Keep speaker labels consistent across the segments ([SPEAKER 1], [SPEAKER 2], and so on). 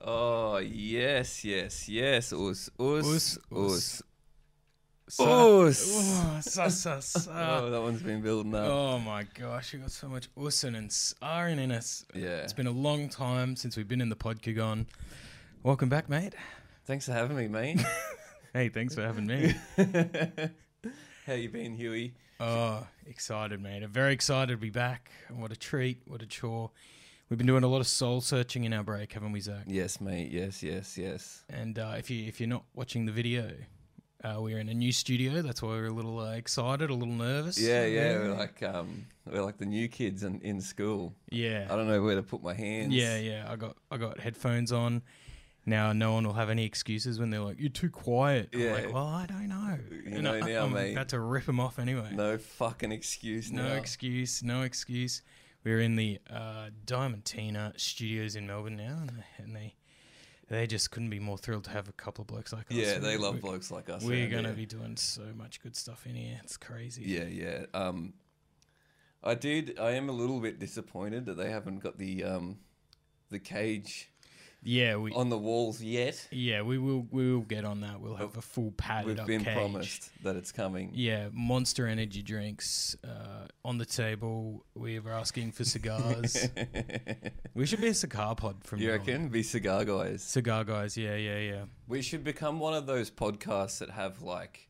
[SPEAKER 1] Oh, yes, yes, yes. Us, us, us.
[SPEAKER 2] Us, us.
[SPEAKER 1] us. us.
[SPEAKER 2] Oh, so, so,
[SPEAKER 1] Oh,
[SPEAKER 2] so.
[SPEAKER 1] that one's been building up.
[SPEAKER 2] oh my gosh, we got so much usin and sarin in us.
[SPEAKER 1] Yeah.
[SPEAKER 2] Oh. It's been a long time since we've been in the podcagon. Welcome back, mate.
[SPEAKER 1] Thanks for having me, mate.
[SPEAKER 2] Hey, thanks for having me.
[SPEAKER 1] How you been, Huey?
[SPEAKER 2] Oh, excited, mate. I'm very excited to be back. What a treat. What a chore. We've been doing a lot of soul searching in our break, haven't we, Zach?
[SPEAKER 1] Yes, mate. Yes, yes, yes.
[SPEAKER 2] And uh, if, you, if you're not watching the video, uh, we're in a new studio. That's why we're a little uh, excited, a little nervous.
[SPEAKER 1] Yeah, yeah. We're like, um, we're like the new kids in, in school. I
[SPEAKER 2] Yeah.
[SPEAKER 1] don't know where to put my hands.
[SPEAKER 2] Yeah, yeah. I got, I got headphones on. Now no one will have any excuses when they're like, you're too quiet. I'm
[SPEAKER 1] Yeah.
[SPEAKER 2] like, well, I don't know.
[SPEAKER 1] You know
[SPEAKER 2] I,
[SPEAKER 1] now,
[SPEAKER 2] I'm
[SPEAKER 1] mate.
[SPEAKER 2] about to rip them off anyway.
[SPEAKER 1] No fucking excuse
[SPEAKER 2] No
[SPEAKER 1] now.
[SPEAKER 2] excuse, no excuse. We're in the uh, Diamantina Studios in Melbourne now, and they, and they they just couldn't be more thrilled to have a couple of blokes like us.
[SPEAKER 1] yeah, they
[SPEAKER 2] We-
[SPEAKER 1] love
[SPEAKER 2] we-
[SPEAKER 1] blokes like us.
[SPEAKER 2] We're
[SPEAKER 1] around
[SPEAKER 2] gonna
[SPEAKER 1] here.
[SPEAKER 2] be doing so much good stuff in here. It's crazy.
[SPEAKER 1] Yeah, yeah. Um, I did. I am a little bit disappointed that they haven't got the um, the cage
[SPEAKER 2] yeah. We
[SPEAKER 1] on the walls yet.
[SPEAKER 2] yeah we will we will get on that. We'll have a full padded
[SPEAKER 1] We've
[SPEAKER 2] up
[SPEAKER 1] been
[SPEAKER 2] cage.
[SPEAKER 1] promised that it's coming.
[SPEAKER 2] Yeah, monster energy drinks uh, on the table. We were asking for cigars. we should be a cigar pod from
[SPEAKER 1] You
[SPEAKER 2] now on.
[SPEAKER 1] reckon? Be cigar guys.
[SPEAKER 2] Cigar guys. Yeah, yeah, yeah.
[SPEAKER 1] We should become one of those podcasts that have like,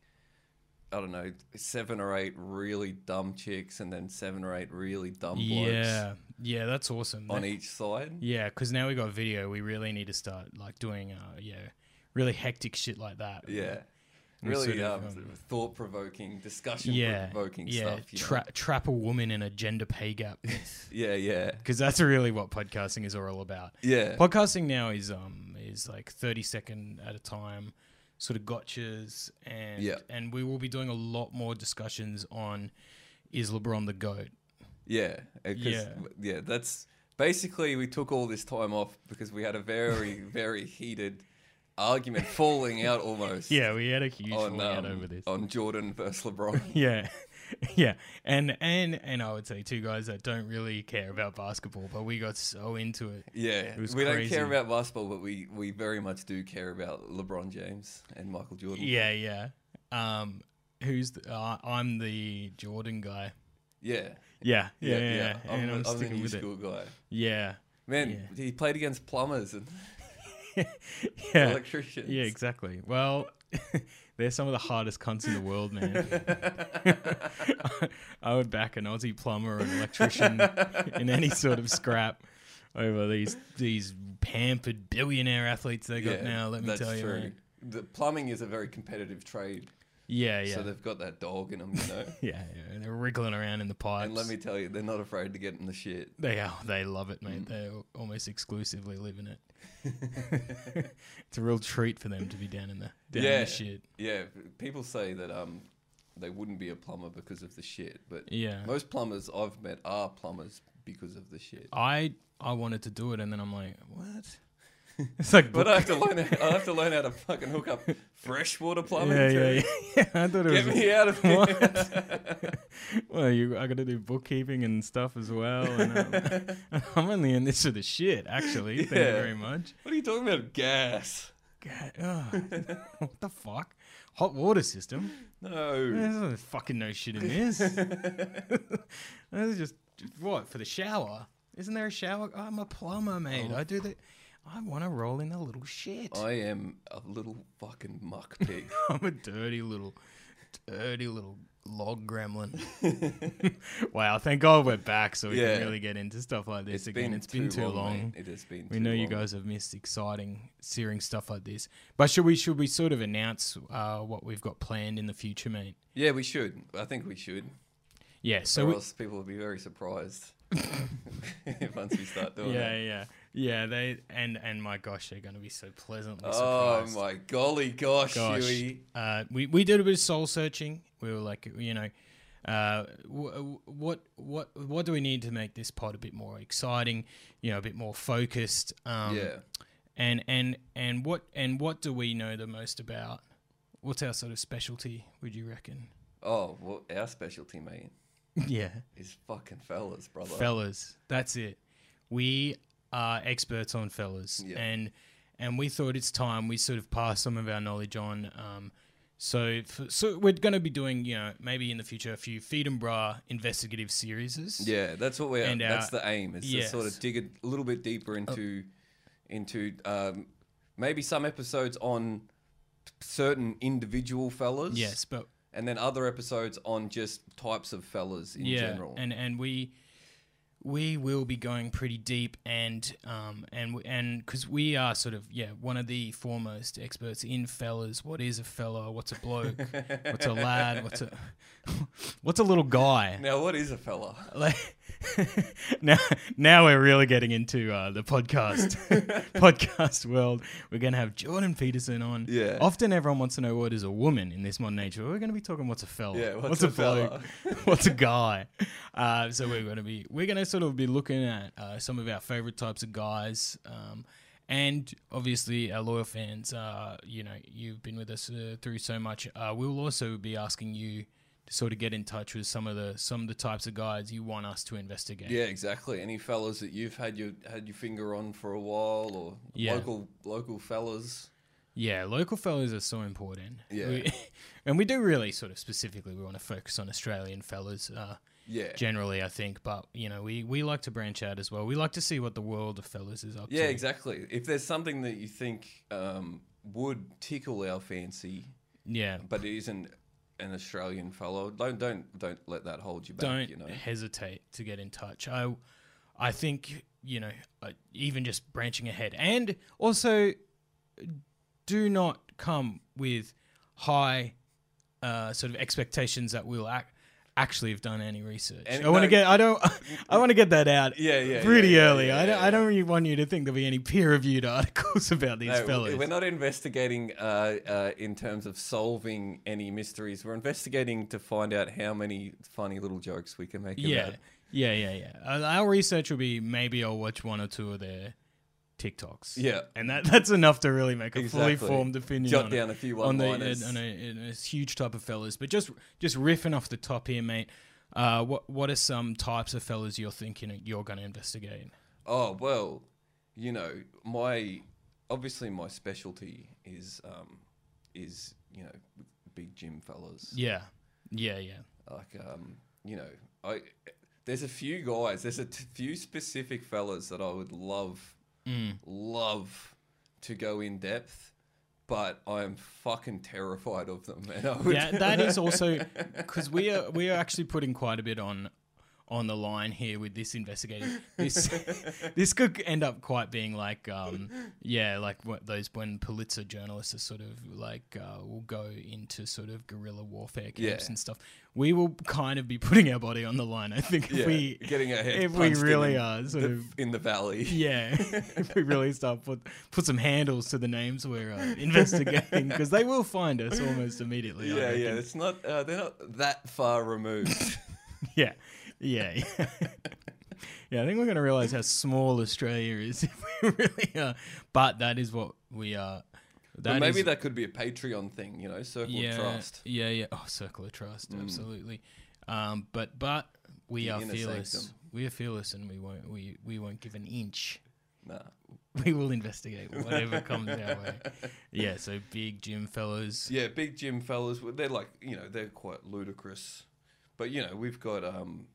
[SPEAKER 1] I don't know, seven or eight really dumb chicks and then seven or eight really dumb blokes
[SPEAKER 2] Yeah, yeah, that's awesome.
[SPEAKER 1] on
[SPEAKER 2] That-
[SPEAKER 1] each side.
[SPEAKER 2] yeah, because now we got video, we really need to start like doing, uh, yeah, really hectic shit like that.
[SPEAKER 1] Yeah.
[SPEAKER 2] We
[SPEAKER 1] Really
[SPEAKER 2] sort of,
[SPEAKER 1] um,
[SPEAKER 2] um,
[SPEAKER 1] thought provoking, discussion
[SPEAKER 2] yeah,
[SPEAKER 1] provoking
[SPEAKER 2] yeah.
[SPEAKER 1] stuff. you know?
[SPEAKER 2] Tra- trap a woman in a gender pay gap,
[SPEAKER 1] yeah, yeah,
[SPEAKER 2] because that's really what podcasting is all about.
[SPEAKER 1] yeah.
[SPEAKER 2] Podcasting now is um is like thirty second at a time, sort of gotchas, and
[SPEAKER 1] Yeah.
[SPEAKER 2] and we will be doing a lot more discussions on is LeBron the goat.
[SPEAKER 1] Yeah, because yeah.
[SPEAKER 2] Yeah.
[SPEAKER 1] that's basically we took all this time off because we had a very very heated argument, falling out almost.
[SPEAKER 2] Yeah, we had a huge
[SPEAKER 1] on
[SPEAKER 2] fallout
[SPEAKER 1] um,
[SPEAKER 2] over this.
[SPEAKER 1] on Jordan versus LeBron.
[SPEAKER 2] yeah yeah and and and i would say two guys that don't really care about basketball but we got so into it
[SPEAKER 1] Yeah,
[SPEAKER 2] was
[SPEAKER 1] we don't
[SPEAKER 2] crazy.
[SPEAKER 1] care about basketball, but we we very much do care about LeBron James and Michael Jordan.
[SPEAKER 2] yeah yeah um who's the, uh, i'm the jordan guy
[SPEAKER 1] yeah,
[SPEAKER 2] yeah yeah yeah,
[SPEAKER 1] I'm,
[SPEAKER 2] and i'm,
[SPEAKER 1] the- I'm the
[SPEAKER 2] sticking
[SPEAKER 1] new
[SPEAKER 2] with it
[SPEAKER 1] school guy.
[SPEAKER 2] yeah
[SPEAKER 1] Man, he played against plumbers and
[SPEAKER 2] yeah
[SPEAKER 1] electricians.
[SPEAKER 2] yeah exactly well they're some of the hardest cunts in the world man i would back an aussie plumber or an electrician in any sort of scrap over these these pampered billionaire athletes they got
[SPEAKER 1] Yeah,
[SPEAKER 2] now let me
[SPEAKER 1] that's
[SPEAKER 2] tell you
[SPEAKER 1] true.
[SPEAKER 2] man.
[SPEAKER 1] The plumbing is a very competitive trade,
[SPEAKER 2] Yeah, yeah.
[SPEAKER 1] so they've got that dog in them, you know.
[SPEAKER 2] yeah, yeah. They're wriggling around in the pipes.
[SPEAKER 1] And let me tell you, they're not afraid to get in the shit.
[SPEAKER 2] they are. They love it,
[SPEAKER 1] Mm.
[SPEAKER 2] mate. They almost exclusively live in it. it's a real treat for them to be down in the down in
[SPEAKER 1] Yeah.
[SPEAKER 2] the shit.
[SPEAKER 1] Yeah, people say that um, they wouldn't be a plumber because of the shit, but
[SPEAKER 2] Yeah.
[SPEAKER 1] most plumbers I've met are plumbers because of the shit.
[SPEAKER 2] I I wanted to do it, and then I'm like, what? It's like,
[SPEAKER 1] But I have to learn. How, I have to learn how to fucking hook up freshwater plumbing.
[SPEAKER 2] yeah,
[SPEAKER 1] too.
[SPEAKER 2] yeah, yeah, I thought it
[SPEAKER 1] Get
[SPEAKER 2] was.
[SPEAKER 1] me out of here.
[SPEAKER 2] well, you, I got to do bookkeeping and stuff as well. And I'm, I'm only in this for the shit, actually. Thank you
[SPEAKER 1] Yeah.
[SPEAKER 2] very much.
[SPEAKER 1] What are you talking about? Gas?
[SPEAKER 2] God, ugh. what the fuck? Hot water system.
[SPEAKER 1] No.
[SPEAKER 2] There's no fucking no shit in this. That's just what for the shower. Isn't there a shower? I'm a plumber,
[SPEAKER 1] Oh.
[SPEAKER 2] mate. I do the. I want to roll in a little shit.
[SPEAKER 1] I am a little fucking muck pig.
[SPEAKER 2] I'm a dirty little, dirty little log gremlin. wow! Thank God we're back, so we
[SPEAKER 1] Yeah.
[SPEAKER 2] can really get into stuff like this again. it's been too long.
[SPEAKER 1] mate. It has been.
[SPEAKER 2] We
[SPEAKER 1] too
[SPEAKER 2] know you
[SPEAKER 1] long.
[SPEAKER 2] guys have missed exciting, searing stuff like this. But should we should we sort of announce uh, what we've got planned in the future, mate?
[SPEAKER 1] Yeah, we should. I think we should.
[SPEAKER 2] Yeah. So
[SPEAKER 1] or
[SPEAKER 2] we,
[SPEAKER 1] else people will be very surprised once we start doing
[SPEAKER 2] yeah,
[SPEAKER 1] it.
[SPEAKER 2] yeah, yeah. They and and my gosh, they're going to be so pleasantly
[SPEAKER 1] Oh
[SPEAKER 2] surprised.
[SPEAKER 1] my golly gosh,
[SPEAKER 2] gosh.
[SPEAKER 1] Huey.
[SPEAKER 2] Uh, we we did a bit of soul searching. We were like, you know, uh, wh- what what what do we need to make this pod a bit more exciting? You know, a bit more focused. Um,
[SPEAKER 1] yeah.
[SPEAKER 2] And and and what and what do we know the most about? What's our sort of specialty? Would you reckon?
[SPEAKER 1] Oh, well, our specialty, mate,
[SPEAKER 2] yeah,
[SPEAKER 1] is fucking fellas, brother.
[SPEAKER 2] fellas. That's it. We are experts on fellas,
[SPEAKER 1] Yeah.
[SPEAKER 2] and and we thought it's time we sort of pass some of our knowledge on. Um, so, for, so we're going to be doing, you know, maybe in the future a few feed and bra investigative series.
[SPEAKER 1] Yeah, that's what we're.
[SPEAKER 2] And, uh,
[SPEAKER 1] that's the aim. Is to sort
[SPEAKER 2] yes. Oh.
[SPEAKER 1] of dig a little bit deeper into, into um, maybe some episodes on certain individual fellas.
[SPEAKER 2] Yes, but
[SPEAKER 1] and then other episodes on just types of fellas in
[SPEAKER 2] yeah,
[SPEAKER 1] general.
[SPEAKER 2] and and we we will be going pretty deep and um and w- and because we are sort of yeah one of the foremost experts in fellas. What is a fella? What's a bloke? what's a lad? What's a what's a little guy?
[SPEAKER 1] now, what is a fella?
[SPEAKER 2] Like, now, now we're really getting into uh, the podcast podcast world. We're going to have Jordan Peterson on.
[SPEAKER 1] Yeah.
[SPEAKER 2] Often everyone wants to know what is a woman in this modern age. but We're going to be talking what's a fella.
[SPEAKER 1] Yeah, what's a
[SPEAKER 2] bloke? what's a guy? Uh, so we're going to be we're going to sort of be looking at uh, some of our favorite types of guys. Um, and obviously, our loyal fans, uh, you know, you've been with us uh, through so much. Uh, we'll also be asking you to sort of get in touch with some of the some of the types of guys you want us to investigate.
[SPEAKER 1] Yeah, exactly. Any fellas that you've had your had your finger on for a while, or
[SPEAKER 2] Yeah.
[SPEAKER 1] local local fellas.
[SPEAKER 2] Yeah, local fellas are so important.
[SPEAKER 1] Yeah.
[SPEAKER 2] We- and we do really sort of specifically we want to focus on Australian fellas uh,
[SPEAKER 1] Yeah,
[SPEAKER 2] generally, I think. But you know, we we like to branch out as well. We like to see what the world of fellas is up
[SPEAKER 1] yeah,
[SPEAKER 2] to.
[SPEAKER 1] exactly. If there's something that you think um, would tickle our fancy,
[SPEAKER 2] Yeah.
[SPEAKER 1] but it isn't an Australian fellow, don't don't don't let that hold you back.
[SPEAKER 2] Don't
[SPEAKER 1] You know.
[SPEAKER 2] hesitate to get in touch. I I think you know uh, even just branching ahead, and also do not come with high uh, sort of expectations that we'll act. Actually, have done any research.
[SPEAKER 1] And-
[SPEAKER 2] I want to
[SPEAKER 1] no.
[SPEAKER 2] get. I don't. I want to get that out.
[SPEAKER 1] Yeah, yeah,
[SPEAKER 2] Pretty
[SPEAKER 1] yeah, yeah,
[SPEAKER 2] early.
[SPEAKER 1] yeah,
[SPEAKER 2] I don't.
[SPEAKER 1] yeah,
[SPEAKER 2] I don't really want you to think there'll be any peer-reviewed articles about these
[SPEAKER 1] No,
[SPEAKER 2] fellas.
[SPEAKER 1] we're not investigating uh, uh, in terms of solving any mysteries. We're investigating to find out how many funny little jokes we can make.
[SPEAKER 2] Yeah,
[SPEAKER 1] about it.
[SPEAKER 2] yeah, yeah, yeah. Uh, our research will be maybe I'll watch one or two of their TikToks.
[SPEAKER 1] Yeah.
[SPEAKER 2] and that that's enough to really make a
[SPEAKER 1] Exactly.
[SPEAKER 2] fully formed opinion.
[SPEAKER 1] Jot
[SPEAKER 2] on
[SPEAKER 1] down
[SPEAKER 2] it.
[SPEAKER 1] a few
[SPEAKER 2] on the uh,
[SPEAKER 1] one-liners.
[SPEAKER 2] on a, on a huge type of fellas, but just just riffing off the top here, mate. Uh, what what are some types of fellas you're thinking you're going to investigate?
[SPEAKER 1] Oh well, you know my obviously my specialty is um, is you know big gym fellas.
[SPEAKER 2] Yeah, yeah, yeah,
[SPEAKER 1] Like um, you know I there's a few guys there's a t- few specific fellas that I would love
[SPEAKER 2] Mm.
[SPEAKER 1] love to go in depth. But I am fucking terrified of them, and I would
[SPEAKER 2] yeah. That is also because we are we are actually putting quite a bit on on the line here with this investigation. This this could end up quite being like, um, yeah, like what those when Pulitzer journalists are sort of like uh, will go into sort of guerrilla warfare camps
[SPEAKER 1] Yeah.
[SPEAKER 2] and stuff. We will kind of be putting our body on the line. I think
[SPEAKER 1] yeah,
[SPEAKER 2] if we
[SPEAKER 1] getting our head
[SPEAKER 2] if we
[SPEAKER 1] punched in
[SPEAKER 2] really
[SPEAKER 1] in
[SPEAKER 2] are sort
[SPEAKER 1] the-
[SPEAKER 2] of-
[SPEAKER 1] in the valley.
[SPEAKER 2] yeah, if we really start put put some handles to the names we're uh, investigating, because they will find us almost immediately. I
[SPEAKER 1] yeah,
[SPEAKER 2] reckon.
[SPEAKER 1] yeah. It's not uh, they're not that far removed.
[SPEAKER 2] Yeah, yeah, yeah. yeah I think we're going to realize how small Australia is if we really are. But that is what we are.
[SPEAKER 1] But
[SPEAKER 2] That
[SPEAKER 1] maybe
[SPEAKER 2] is-
[SPEAKER 1] that could be a Patreon thing, you know, circle
[SPEAKER 2] yeah,
[SPEAKER 1] of trust. Hmm.
[SPEAKER 2] Yeah, yeah. Oh, circle of trust, absolutely. Um, but but we
[SPEAKER 1] The
[SPEAKER 2] are
[SPEAKER 1] inner
[SPEAKER 2] fearless.
[SPEAKER 1] sanctum.
[SPEAKER 2] We are fearless, and we won't we we won't give an inch.
[SPEAKER 1] Nah.
[SPEAKER 2] We will investigate whatever comes our way. Yeah. So big gym fellas.
[SPEAKER 1] Yeah, big gym fellas. well, They're like, you know, they're quite ludicrous. But you know, we've got um,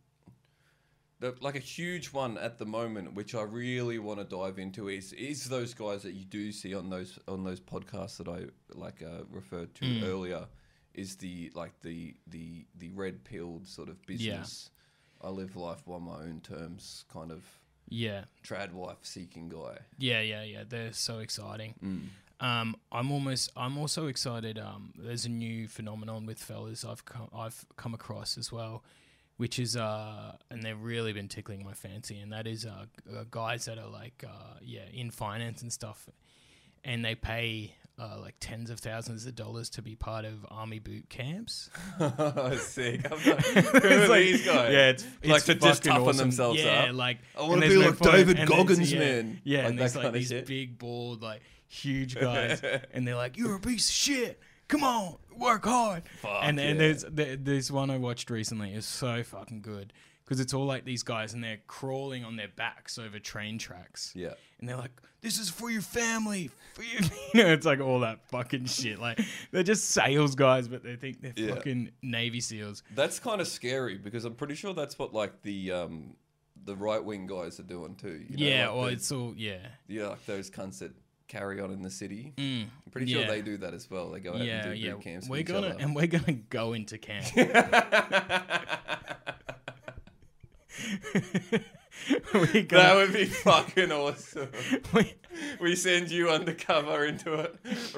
[SPEAKER 1] the, like a huge one at the moment, which I really want to dive into is is those guys that you do see on those on those podcasts that I like uh, referred to
[SPEAKER 2] Mm.
[SPEAKER 1] earlier. Is the like the the the red pilled sort of business? I live life by my own terms, kind of
[SPEAKER 2] Yeah.
[SPEAKER 1] trad wife seeking guy.
[SPEAKER 2] Yeah, yeah, yeah. They're so exciting. Um, I'm almost. I'm also excited. Um, there's a new phenomenon with fellas I've come, I've come across as well, which is uh, and they've really been tickling my fancy, and that is uh, g- uh guys that are like uh, yeah, in finance and stuff, and they pay. Uh, like tens of thousands of dollars to be part of army boot camps.
[SPEAKER 1] Sick. I'm like, who are these guys?
[SPEAKER 2] it's
[SPEAKER 1] Like to just
[SPEAKER 2] fucking
[SPEAKER 1] toughen themselves
[SPEAKER 2] yeah,
[SPEAKER 1] up.
[SPEAKER 2] like
[SPEAKER 1] I wanna
[SPEAKER 2] and
[SPEAKER 1] be
[SPEAKER 2] there's
[SPEAKER 1] like
[SPEAKER 2] fun-
[SPEAKER 1] David
[SPEAKER 2] and there's-
[SPEAKER 1] Goggins,
[SPEAKER 2] yeah,
[SPEAKER 1] man.
[SPEAKER 2] Yeah,
[SPEAKER 1] Like that
[SPEAKER 2] and there's like
[SPEAKER 1] kinda
[SPEAKER 2] these
[SPEAKER 1] shit.
[SPEAKER 2] big, bald, like huge guys, and they're like, "You're a piece of shit. Come on, work hard." and and
[SPEAKER 1] yeah.
[SPEAKER 2] there's there, there's one I watched recently is so fucking good because it's all like these guys and they're crawling on their backs over train tracks.
[SPEAKER 1] Yeah.
[SPEAKER 2] And they're like, "This is for your family, for your," you know, it's like all that fucking shit. Like they're just sales guys, but they think they're
[SPEAKER 1] Yeah.
[SPEAKER 2] fucking Navy SEALs.
[SPEAKER 1] That's kind of scary because I'm pretty sure that's what like the um the right wing guys are doing too. You know,
[SPEAKER 2] yeah,
[SPEAKER 1] like
[SPEAKER 2] well,
[SPEAKER 1] the-
[SPEAKER 2] it's all yeah,
[SPEAKER 1] yeah, like those cunts that carry on in the city.
[SPEAKER 2] Mm,
[SPEAKER 1] I'm pretty sure
[SPEAKER 2] yeah.
[SPEAKER 1] they do that as well. They go out
[SPEAKER 2] yeah,
[SPEAKER 1] and do
[SPEAKER 2] yeah.
[SPEAKER 1] boot camps.
[SPEAKER 2] We're
[SPEAKER 1] with each
[SPEAKER 2] gonna
[SPEAKER 1] other.
[SPEAKER 2] and we're gonna go into camp. we
[SPEAKER 1] that
[SPEAKER 2] go.
[SPEAKER 1] would be fucking awesome.
[SPEAKER 2] we,
[SPEAKER 1] We send you undercover into a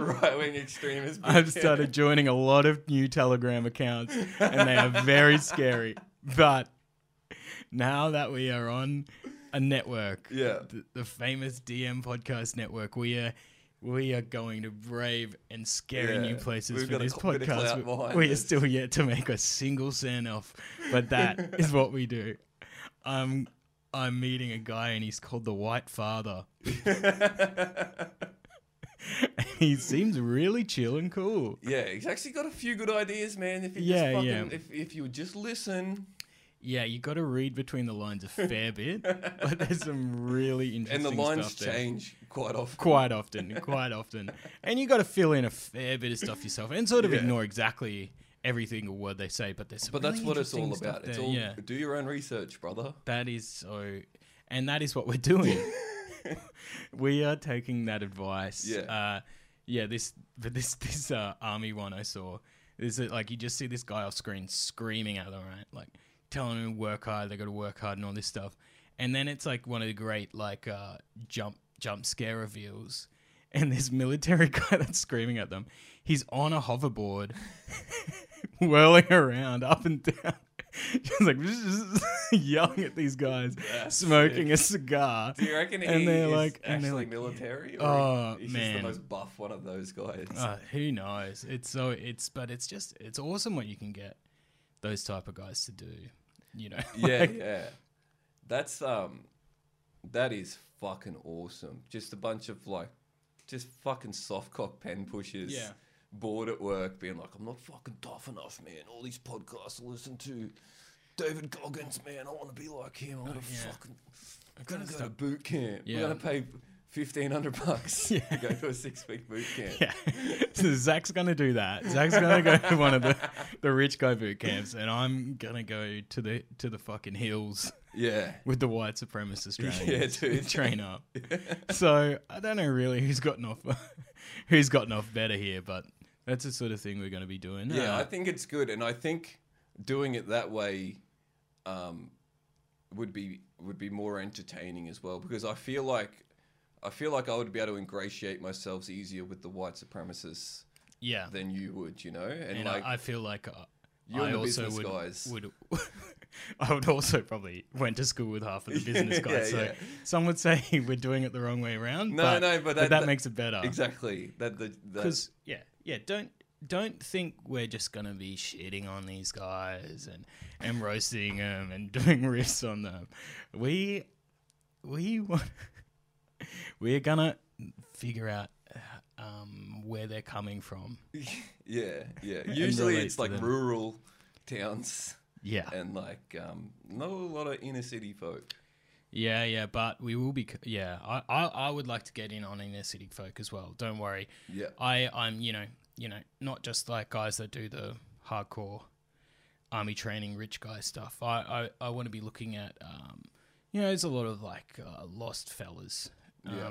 [SPEAKER 1] right wing extremist. boot
[SPEAKER 2] I've
[SPEAKER 1] camp.
[SPEAKER 2] started joining a lot of new Telegram accounts, and they are very scary. But now that we are on a network,
[SPEAKER 1] Yeah.
[SPEAKER 2] the, the famous DM podcast network, we are we are going to brave and scary
[SPEAKER 1] Yeah,
[SPEAKER 2] new places
[SPEAKER 1] we've
[SPEAKER 2] for
[SPEAKER 1] got a
[SPEAKER 2] this
[SPEAKER 1] cl- bit of clout
[SPEAKER 2] podcast.
[SPEAKER 1] behind
[SPEAKER 2] We, we are
[SPEAKER 1] us.
[SPEAKER 2] still yet to make a single send off, but that is what we do. I'm I'm meeting a guy, and he's called the White Father. he seems really chill and cool.
[SPEAKER 1] Yeah, he's actually got a few good ideas, man. If you
[SPEAKER 2] Yeah,
[SPEAKER 1] just fucking,
[SPEAKER 2] yeah.
[SPEAKER 1] if if you would just listen,
[SPEAKER 2] Yeah, you got to read between the lines a fair bit, but there's some really interesting
[SPEAKER 1] and the lines
[SPEAKER 2] stuff there.
[SPEAKER 1] change quite often.
[SPEAKER 2] quite often, quite often, and you got to fill in a fair bit of stuff yourself, and sort of
[SPEAKER 1] Yeah.
[SPEAKER 2] ignore exactly every single word they say. But there's some
[SPEAKER 1] But that's
[SPEAKER 2] really
[SPEAKER 1] what it's all
[SPEAKER 2] interesting stuff
[SPEAKER 1] about. It's
[SPEAKER 2] there,
[SPEAKER 1] all
[SPEAKER 2] yeah.
[SPEAKER 1] do your own research, brother.
[SPEAKER 2] That is so, and that is what we're doing. we are taking that advice.
[SPEAKER 1] Yeah.
[SPEAKER 2] uh, yeah. This, but this, this uh, army one I saw is it like you just see this guy off screen screaming at them, right? Like telling them to work hard, they got to work hard, and all this stuff. And then it's like one of the great like uh, jump jump scare reveals. And this military guy that's screaming at them, he's on a hoverboard, whirling around up and down. Just like yelling at these guys,
[SPEAKER 1] That's
[SPEAKER 2] smoking a cigar.
[SPEAKER 1] Do you reckon
[SPEAKER 2] And
[SPEAKER 1] he
[SPEAKER 2] they're
[SPEAKER 1] is
[SPEAKER 2] like-
[SPEAKER 1] actually
[SPEAKER 2] and they're like,
[SPEAKER 1] military? Or
[SPEAKER 2] Oh,
[SPEAKER 1] he's
[SPEAKER 2] man.
[SPEAKER 1] just the most buff one of those guys.
[SPEAKER 2] Uh, who knows? It's so it's but it's just it's awesome what you can get those type of guys to do. You know,
[SPEAKER 1] yeah,
[SPEAKER 2] like,
[SPEAKER 1] yeah. That's um, that is fucking awesome. Just a bunch of like, just fucking soft cock pen pushers.
[SPEAKER 2] Yeah.
[SPEAKER 1] Bored at work, being like, I'm not fucking tough enough, man. All these podcasts I listen to. David Goggins, man, I want to be like him. I want to
[SPEAKER 2] Oh, yeah.
[SPEAKER 1] fucking. I'm gonna go to boot camp.
[SPEAKER 2] Yeah.
[SPEAKER 1] We're gonna pay fifteen hundred bucks
[SPEAKER 2] Yeah.
[SPEAKER 1] to go to a six week boot camp.
[SPEAKER 2] yeah. So Zach's gonna do that. Zach's gonna go to one of the the rich guy boot camps, and I'm gonna go to the to the fucking hills
[SPEAKER 1] Yeah.
[SPEAKER 2] with the white supremacist Australians.
[SPEAKER 1] Yeah, dude.
[SPEAKER 2] train up. So I don't know really who's gotten off who's gotten off better here, but that's the sort of thing we're gonna be doing.
[SPEAKER 1] Yeah,
[SPEAKER 2] Uh,
[SPEAKER 1] I think it's good, and I think doing it that way um, would be would be more entertaining as well because I feel like I feel like I would be able to ingratiate myself easier with the white supremacists
[SPEAKER 2] yeah.
[SPEAKER 1] than you would, you know, and,
[SPEAKER 2] and
[SPEAKER 1] like
[SPEAKER 2] I, I feel like uh,
[SPEAKER 1] You're
[SPEAKER 2] I
[SPEAKER 1] the
[SPEAKER 2] also
[SPEAKER 1] business
[SPEAKER 2] would,
[SPEAKER 1] guys.
[SPEAKER 2] would I would also probably went to school with half of the business
[SPEAKER 1] Yeah,
[SPEAKER 2] guys. so
[SPEAKER 1] yeah.
[SPEAKER 2] some would say we're doing it the wrong way around.
[SPEAKER 1] No,
[SPEAKER 2] but,
[SPEAKER 1] no, but that-
[SPEAKER 2] that,
[SPEAKER 1] that-
[SPEAKER 2] makes it better.
[SPEAKER 1] exactly that the that,
[SPEAKER 2] Because yeah, yeah, don't don't think we're just gonna be shitting on these guys and and roasting them and doing riffs on them. We we want we're gonna figure out uh, um, where they're coming from.
[SPEAKER 1] yeah yeah. Usually
[SPEAKER 2] relate
[SPEAKER 1] it's
[SPEAKER 2] to
[SPEAKER 1] like
[SPEAKER 2] them.
[SPEAKER 1] rural towns
[SPEAKER 2] Yeah.
[SPEAKER 1] and like um, not a lot of inner city folk.
[SPEAKER 2] Yeah, yeah, but we will be. Yeah, I, I, I would like to get in on inner city folk as well. Don't worry,
[SPEAKER 1] Yeah,
[SPEAKER 2] I, I'm, you know, you know, not just like guys that do the hardcore army training, rich guy stuff. I, I, I want to be looking at, um, you know, there's a lot of like uh, lost fellas, um,
[SPEAKER 1] Yeah.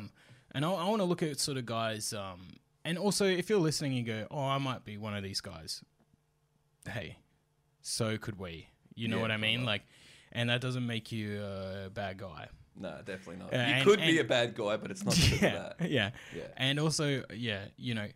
[SPEAKER 2] and I, I want to look at sort of guys, um, and also if you're listening, you go, oh, I might be one of these guys. Hey, so could we? You know
[SPEAKER 1] Yeah,
[SPEAKER 2] what I mean?
[SPEAKER 1] brother.
[SPEAKER 2] Like, and that doesn't make you a bad guy.
[SPEAKER 1] no, definitely not.
[SPEAKER 2] Uh,
[SPEAKER 1] you
[SPEAKER 2] and-
[SPEAKER 1] could be
[SPEAKER 2] and-
[SPEAKER 1] a bad guy, but it's not because
[SPEAKER 2] yeah,
[SPEAKER 1] of that.
[SPEAKER 2] yeah,
[SPEAKER 1] Yeah.
[SPEAKER 2] and also yeah, you know,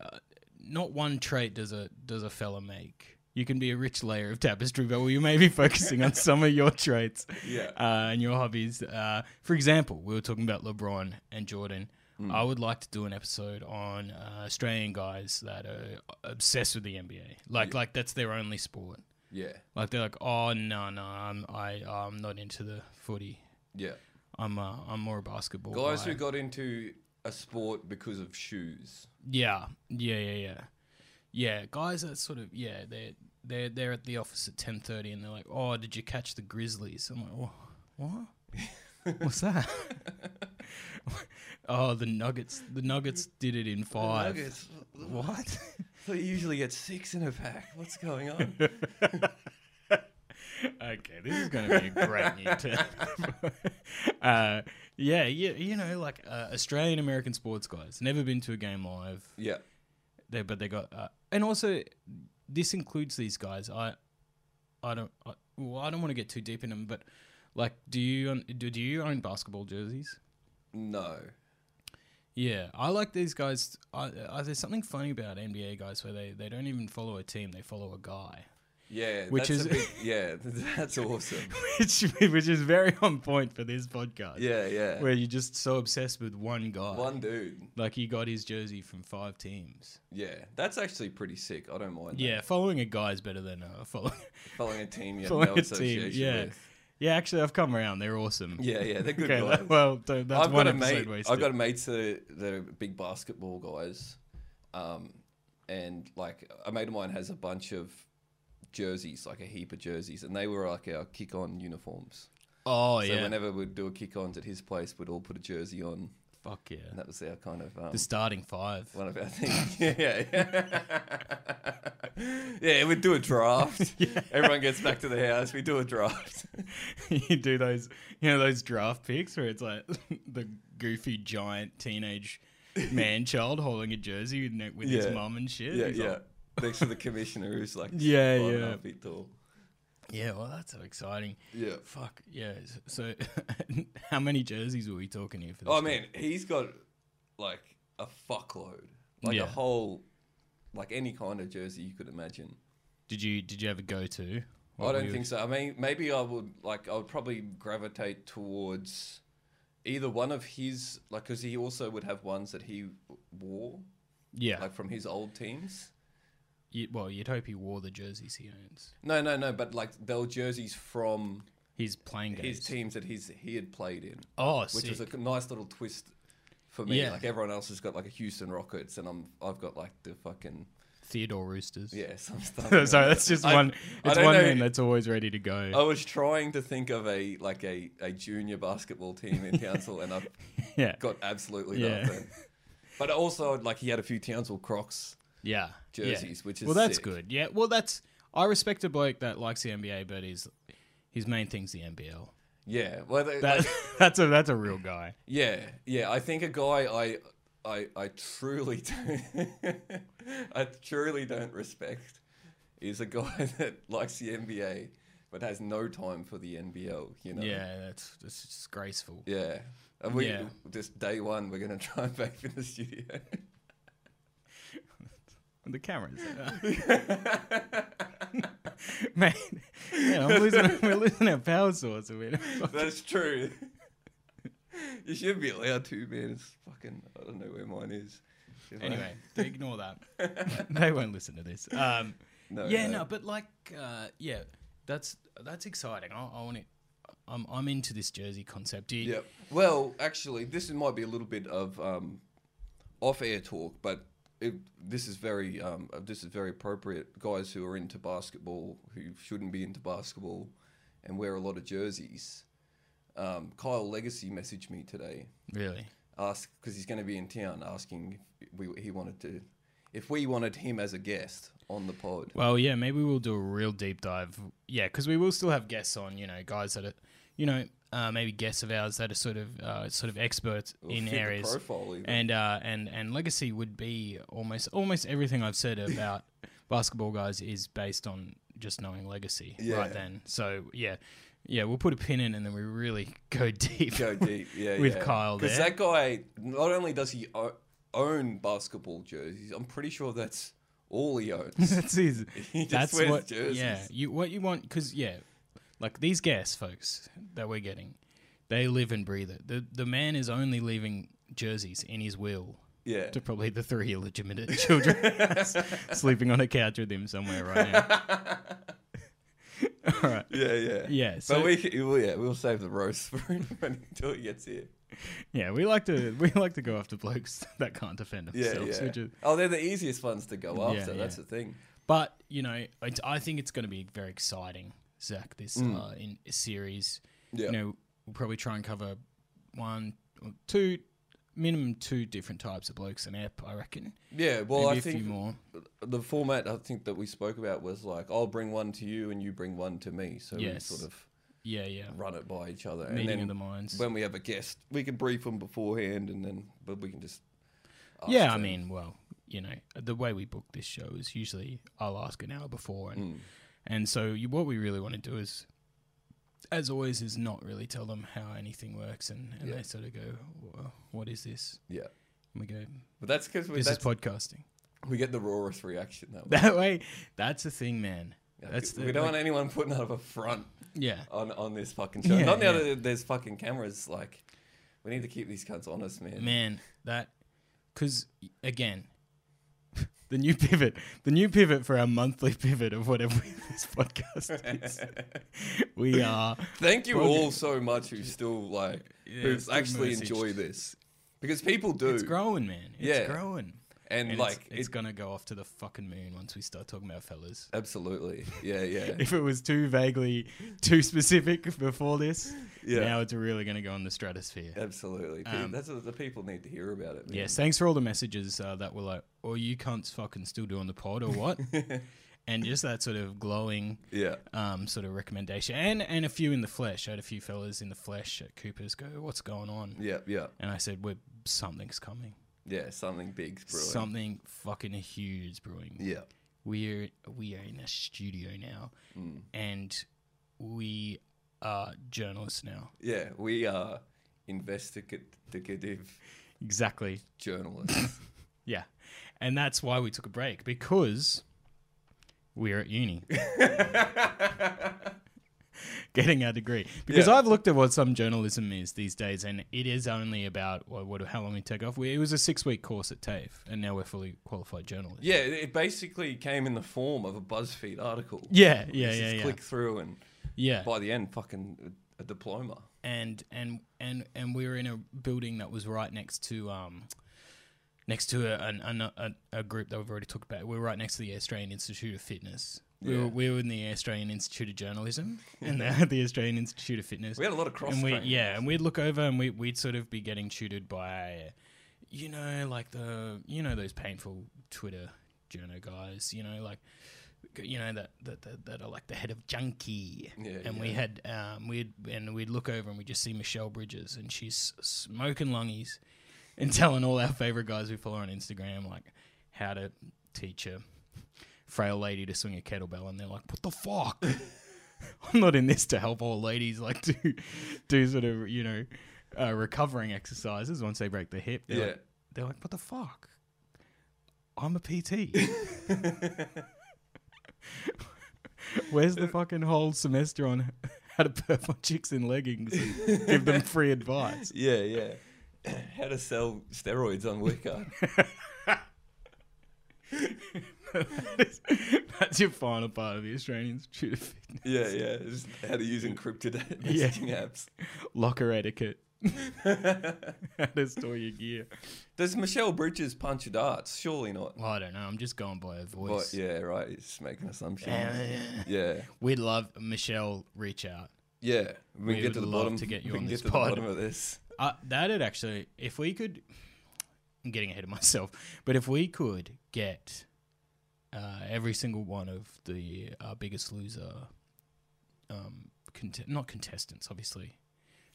[SPEAKER 2] uh, not one trait does a does a fella make. You can be a rich layer of tapestry, but we may be focusing on some of your traits
[SPEAKER 1] Yeah.
[SPEAKER 2] uh, and your hobbies. Uh, for example, we were talking about LeBron and Jordan.
[SPEAKER 1] Hmm.
[SPEAKER 2] I would like to do an episode on uh, Australian guys that are obsessed with the NBA. Like, like that's their only sport.
[SPEAKER 1] Yeah,
[SPEAKER 2] Like they're like, oh no, no, I'm I I'm not into the footy.
[SPEAKER 1] yeah.
[SPEAKER 2] I'm uh, I'm more a basketball.
[SPEAKER 1] Guys
[SPEAKER 2] guy."
[SPEAKER 1] who got into a sport because of shoes.
[SPEAKER 2] Yeah, yeah, yeah, yeah, yeah. Guys that sort of yeah, they they're they're at the office at ten thirty, and they're like, "Oh, did you catch the Grizzlies?" I'm like, "Wha- "What? What's that?" oh, the Nuggets. The Nuggets did it in five.
[SPEAKER 1] Nuggets.
[SPEAKER 2] What?
[SPEAKER 1] So you usually get six in a pack. What's going on?
[SPEAKER 2] okay, this is going to be a great new term. uh, yeah, you, you know, like uh, Australian American sports guys never been to a game live.
[SPEAKER 1] yeah.
[SPEAKER 2] They but they got uh, and also this includes these guys. I I don't I, well, I don't want to get too deep in them, but like, do you own- do, do you own basketball jerseys?
[SPEAKER 1] No.
[SPEAKER 2] Yeah, I like these guys. I, I, there's something funny about NBA guys where they, they don't even follow a team; they follow a guy.
[SPEAKER 1] Yeah.
[SPEAKER 2] Which
[SPEAKER 1] that's
[SPEAKER 2] is-
[SPEAKER 1] a big, yeah. That's awesome.
[SPEAKER 2] which which is very on point for this podcast.
[SPEAKER 1] Yeah. Yeah.
[SPEAKER 2] Where you're just so obsessed with one guy.
[SPEAKER 1] One dude.
[SPEAKER 2] Like he got his jersey from five teams.
[SPEAKER 1] Yeah. That's actually pretty sick. I don't mind. that.
[SPEAKER 2] Yeah, following a guy is better than uh, following
[SPEAKER 1] Following a team you have
[SPEAKER 2] following
[SPEAKER 1] no
[SPEAKER 2] a team.
[SPEAKER 1] association
[SPEAKER 2] Yeah,
[SPEAKER 1] with.
[SPEAKER 2] yeah. Actually, I've come around. They're awesome.
[SPEAKER 1] Yeah. Yeah. They're good
[SPEAKER 2] Okay.
[SPEAKER 1] guys.
[SPEAKER 2] that- well, th- that's
[SPEAKER 1] I've
[SPEAKER 2] one
[SPEAKER 1] got a
[SPEAKER 2] episode
[SPEAKER 1] mate.
[SPEAKER 2] wasted.
[SPEAKER 1] I've got mates that are, that are big basketball guys, um, and like a mate of mine has a bunch of jerseys, like a heap of jerseys, and they were like our kick-on uniforms.
[SPEAKER 2] oh
[SPEAKER 1] So
[SPEAKER 2] yeah.
[SPEAKER 1] whenever we'd do a kick-ons at his place, we'd all put a jersey on,
[SPEAKER 2] Fuck yeah.
[SPEAKER 1] and that was our kind of um,
[SPEAKER 2] The starting five.
[SPEAKER 1] one of our things. yeah, yeah. yeah. We'd do a draft. Everyone gets back to the house. We do a draft.
[SPEAKER 2] you do those, you know, those draft picks where it's like the goofy giant teenage man child holding a jersey with, ne- with his
[SPEAKER 1] Yeah.
[SPEAKER 2] mum and shit.
[SPEAKER 1] yeah,
[SPEAKER 2] He's
[SPEAKER 1] yeah.
[SPEAKER 2] like,
[SPEAKER 1] Next to the commissioner, who's like
[SPEAKER 2] Yeah,
[SPEAKER 1] five and a
[SPEAKER 2] yeah.
[SPEAKER 1] half feet tall.
[SPEAKER 2] Yeah, well, that's so exciting.
[SPEAKER 1] Yeah.
[SPEAKER 2] Fuck yeah! s- So, how many jerseys were we talking here for? This
[SPEAKER 1] Oh
[SPEAKER 2] guy?
[SPEAKER 1] man, he's got like a fuckload, like
[SPEAKER 2] Yeah.
[SPEAKER 1] a whole, like any kind of jersey you could imagine.
[SPEAKER 2] did you did you have a go to?
[SPEAKER 1] I don't think so. I mean, maybe I would like. I would probably gravitate towards either one of his, like, because he also would have ones that he wore,
[SPEAKER 2] Yeah.
[SPEAKER 1] like from his old teams.
[SPEAKER 2] You- well, you'd hope he wore the jerseys he owns.
[SPEAKER 1] No, no, no. But like, they were jerseys from
[SPEAKER 2] He's playing games.
[SPEAKER 1] his teams that he's he had played in.
[SPEAKER 2] oh,
[SPEAKER 1] which
[SPEAKER 2] sick.
[SPEAKER 1] was a nice little twist for me.
[SPEAKER 2] Yeah.
[SPEAKER 1] Like everyone else has got like a Houston Rockets, and I'm I've got like the fucking
[SPEAKER 2] Theodore Roosters.
[SPEAKER 1] yeah some stuff.
[SPEAKER 2] Sorry, that's just
[SPEAKER 1] I-
[SPEAKER 2] one.
[SPEAKER 1] I
[SPEAKER 2] It's
[SPEAKER 1] don't
[SPEAKER 2] one
[SPEAKER 1] know. Oh,
[SPEAKER 2] name that's always ready to go.
[SPEAKER 1] I was trying to think of a like a, a junior basketball team in Townsville, and I
[SPEAKER 2] yeah.
[SPEAKER 1] got absolutely
[SPEAKER 2] Yeah.
[SPEAKER 1] nothing. But also, like he had a few Townsville Crocs.
[SPEAKER 2] Yeah.
[SPEAKER 1] jerseys,
[SPEAKER 2] yeah.
[SPEAKER 1] which is
[SPEAKER 2] well, that's
[SPEAKER 1] sick.
[SPEAKER 2] good. Yeah. Well, that's I respect a bloke that likes the NBA, but his his main thing's the NBL.
[SPEAKER 1] Yeah, well, they,
[SPEAKER 2] That
[SPEAKER 1] like,
[SPEAKER 2] that's a that's a real guy.
[SPEAKER 1] yeah, yeah. I think a guy I I I truly do I truly don't respect is a guy that likes the NBA but has no time for the NBL. You know.
[SPEAKER 2] Yeah, that's that's disgraceful.
[SPEAKER 1] Yeah. And we
[SPEAKER 2] Yeah.
[SPEAKER 1] just day one we're gonna try and vape in the studio.
[SPEAKER 2] The cameras. Man, man, I'm losing, we're losing our power source a bit.
[SPEAKER 1] That's true. you should be allowed to, man. It's fucking. I don't know where mine is. If I-
[SPEAKER 2] Anyway, ignore that. they won't listen to this. Um,
[SPEAKER 1] No,
[SPEAKER 2] yeah,
[SPEAKER 1] no.
[SPEAKER 2] no, but like, uh, yeah, that's that's exciting. I, I want it. I'm I'm into this jersey concept. Do you,
[SPEAKER 1] Yep. Well, actually, this might be a little bit of um, off-air talk, but it, this is very um, uh, this is very appropriate. Guys who are into basketball who shouldn't be into basketball and wear a lot of jerseys. Um, Kyle Legacy messaged me today,
[SPEAKER 2] Really?
[SPEAKER 1] ask because he's going to be in town, asking if we he wanted to if we wanted him as a guest on the pod.
[SPEAKER 2] Well, yeah, maybe we'll do a real deep dive. Yeah, because we will still have guests on. You know, guys that are, you know, uh, maybe guests of ours that are sort of uh, sort of experts
[SPEAKER 1] It'll
[SPEAKER 2] in
[SPEAKER 1] fit the
[SPEAKER 2] areas.
[SPEAKER 1] profile even.
[SPEAKER 2] and uh, and and legacy would be almost almost everything I've said about basketball guys is based on just knowing legacy
[SPEAKER 1] Yeah.
[SPEAKER 2] right then. So yeah, yeah, we'll put a pin in and then we really go deep.
[SPEAKER 1] go deep, yeah.
[SPEAKER 2] With
[SPEAKER 1] yeah.
[SPEAKER 2] Kyle
[SPEAKER 1] because
[SPEAKER 2] there.
[SPEAKER 1] that guy not only does he o- own basketball jerseys, I'm pretty sure that's all he owns.
[SPEAKER 2] that's his.
[SPEAKER 1] he just
[SPEAKER 2] That's
[SPEAKER 1] wears
[SPEAKER 2] what.
[SPEAKER 1] jerseys.
[SPEAKER 2] Yeah, you what you want because yeah, like these guests, folks, that we're getting, they live and breathe it. The the man is only leaving jerseys in his will.
[SPEAKER 1] yeah.
[SPEAKER 2] to probably the three illegitimate children sleeping on a couch with him somewhere right now. All right.
[SPEAKER 1] yeah, yeah,
[SPEAKER 2] Yeah, so-
[SPEAKER 1] but we, c- well, yeah, we'll save the roast for him when- until he gets here.
[SPEAKER 2] Yeah, we like to we like to go after blokes that can't defend
[SPEAKER 1] Yeah,
[SPEAKER 2] themselves.
[SPEAKER 1] yeah.
[SPEAKER 2] Which is,
[SPEAKER 1] oh, they're the easiest ones to go
[SPEAKER 2] Yeah,
[SPEAKER 1] after. That's
[SPEAKER 2] yeah.
[SPEAKER 1] the thing.
[SPEAKER 2] But you know, it's, I think it's going to be very exciting, Zach. This uh, in series,
[SPEAKER 1] Mm. Yeah.
[SPEAKER 2] you know, we'll probably try and cover one, or two, minimum two different types of blokes an app. I reckon.
[SPEAKER 1] Yeah, well,
[SPEAKER 2] Maybe
[SPEAKER 1] I
[SPEAKER 2] a few
[SPEAKER 1] think
[SPEAKER 2] more.
[SPEAKER 1] the format I think that we spoke about was like I'll bring one to you and you bring one to me, so
[SPEAKER 2] Yes.
[SPEAKER 1] we sort of
[SPEAKER 2] Yeah, yeah.
[SPEAKER 1] run it by each other.
[SPEAKER 2] Meeting
[SPEAKER 1] and
[SPEAKER 2] of the
[SPEAKER 1] then
[SPEAKER 2] minds.
[SPEAKER 1] when we have a guest, we can brief them beforehand, and then but we can just ask
[SPEAKER 2] yeah, I
[SPEAKER 1] them.
[SPEAKER 2] mean, well, you know, the way we book this show is usually I'll ask an hour before, and
[SPEAKER 1] Mm.
[SPEAKER 2] and so you, what we really want to do is, as always, is not really tell them how anything works, and, and
[SPEAKER 1] Yeah.
[SPEAKER 2] they sort of go, "Wha- "What is this?"
[SPEAKER 1] yeah,
[SPEAKER 2] And we go,
[SPEAKER 1] but that's because we
[SPEAKER 2] "This is
[SPEAKER 1] that's,
[SPEAKER 2] podcasting."
[SPEAKER 1] we get the rawest reaction that way.
[SPEAKER 2] That way, that's the thing, man. That's the
[SPEAKER 1] we don't
[SPEAKER 2] like-
[SPEAKER 1] want anyone putting up a front
[SPEAKER 2] yeah.
[SPEAKER 1] on on this fucking show.
[SPEAKER 2] Yeah,
[SPEAKER 1] Not the
[SPEAKER 2] yeah.
[SPEAKER 1] other. There's fucking cameras. Like we need to keep these cunts honest, man.
[SPEAKER 2] Man, that because again, the new pivot, the new pivot for our monthly pivot of whatever this podcast is. we are
[SPEAKER 1] Thank you
[SPEAKER 2] Well,
[SPEAKER 1] all so much who still like
[SPEAKER 2] Yeah,
[SPEAKER 1] who
[SPEAKER 2] it's still
[SPEAKER 1] actually
[SPEAKER 2] messaged.
[SPEAKER 1] enjoy this because people do,
[SPEAKER 2] It's growing, man. It's
[SPEAKER 1] Yeah.
[SPEAKER 2] growing.
[SPEAKER 1] and,
[SPEAKER 2] And
[SPEAKER 1] like
[SPEAKER 2] it's, it's
[SPEAKER 1] it-
[SPEAKER 2] gonna go off to the fucking moon once we start talking about fellas.
[SPEAKER 1] absolutely, yeah, yeah,
[SPEAKER 2] If it was too vaguely too specific before this,
[SPEAKER 1] Yeah.
[SPEAKER 2] now it's really gonna go in the stratosphere.
[SPEAKER 1] absolutely. Pe-
[SPEAKER 2] Um,
[SPEAKER 1] That's what the people need to hear about it. man.
[SPEAKER 2] Yes, thanks for all the messages uh, that were like, "Oh, you cunts fucking still doing the pod or what?" and just that sort of glowing
[SPEAKER 1] yeah,
[SPEAKER 2] um, sort of recommendation, and and a few in the flesh. I had a few fellas in the flesh at Cooper's go, "What's going on?"
[SPEAKER 1] yeah, yeah,
[SPEAKER 2] And I said, "We're something's coming.
[SPEAKER 1] yeah. Something big's brewing.
[SPEAKER 2] Something fucking huge is brewing."
[SPEAKER 1] yeah,
[SPEAKER 2] we're we are in a studio now
[SPEAKER 1] Mm.
[SPEAKER 2] and we are journalists now
[SPEAKER 1] yeah. We are investigative
[SPEAKER 2] exactly
[SPEAKER 1] journalists.
[SPEAKER 2] yeah and that's why we took a break because we're at uni getting our degree because
[SPEAKER 1] Yeah.
[SPEAKER 2] i've looked at what some journalism is these days and it is only about well, what how long we take off we, it was a six week course at tafe and now we're fully qualified journalists
[SPEAKER 1] yeah, it it basically came in the form of a BuzzFeed article.
[SPEAKER 2] yeah yeah
[SPEAKER 1] Just
[SPEAKER 2] yeah yeah,
[SPEAKER 1] click through and
[SPEAKER 2] yeah.
[SPEAKER 1] by the end, fucking a diploma.
[SPEAKER 2] and and and and we were in a building that was right next to um next to a an, an, a, a group that we've already talked about. We were right next to the Australian Institute of Fitness. We,
[SPEAKER 1] Yeah.
[SPEAKER 2] were, we were in the Australian Institute of Journalism and the, the Australian Institute of Fitness.
[SPEAKER 1] We had a lot of cross
[SPEAKER 2] and we
[SPEAKER 1] training.
[SPEAKER 2] yeah, and we'd look over and we we'd sort of be getting tutored by you know like the you know those painful Twitter journo guys, you know like you know that that that, that are like the head of junkie
[SPEAKER 1] Yeah,
[SPEAKER 2] and we had um, we'd and we'd look over and we'd just see Michelle Bridges and she's smoking lungies and telling all our favorite guys we follow on Instagram like how to teach a frail lady to swing a kettlebell and they're like what the fuck I'm not in this to help all ladies like do do sort of you know uh, recovering exercises once they break their hip they're,
[SPEAKER 1] Yeah.
[SPEAKER 2] like, they're like what the fuck I'm a PT Where's the fucking whole semester on how to perf on chicks in leggings and give them free advice?
[SPEAKER 1] Yeah, yeah. How to sell steroids on Wicca.
[SPEAKER 2] That's your final part of the Australian Institute of Fitness.
[SPEAKER 1] yeah, yeah. Just how to use encrypted
[SPEAKER 2] Yeah.
[SPEAKER 1] messaging apps.
[SPEAKER 2] Locker etiquette. how to store your gear.
[SPEAKER 1] Does Michelle Bridges punch a darts? Surely not.
[SPEAKER 2] Well, I don't know. I'm just going by her voice.
[SPEAKER 1] But yeah, right. It's making assumptions.
[SPEAKER 2] Uh,
[SPEAKER 1] Yeah,
[SPEAKER 2] We'd love Michelle reach out.
[SPEAKER 1] yeah. We,
[SPEAKER 2] We
[SPEAKER 1] can get
[SPEAKER 2] would
[SPEAKER 1] to the
[SPEAKER 2] love
[SPEAKER 1] bottom.
[SPEAKER 2] to get you
[SPEAKER 1] we
[SPEAKER 2] on
[SPEAKER 1] can
[SPEAKER 2] this
[SPEAKER 1] get to
[SPEAKER 2] pod.
[SPEAKER 1] the bottom of this.
[SPEAKER 2] Uh, that'd actually, if we could, I'm getting ahead of myself, but if we could get uh, every single one of the uh, Biggest Loser, um, cont- not contestants, obviously,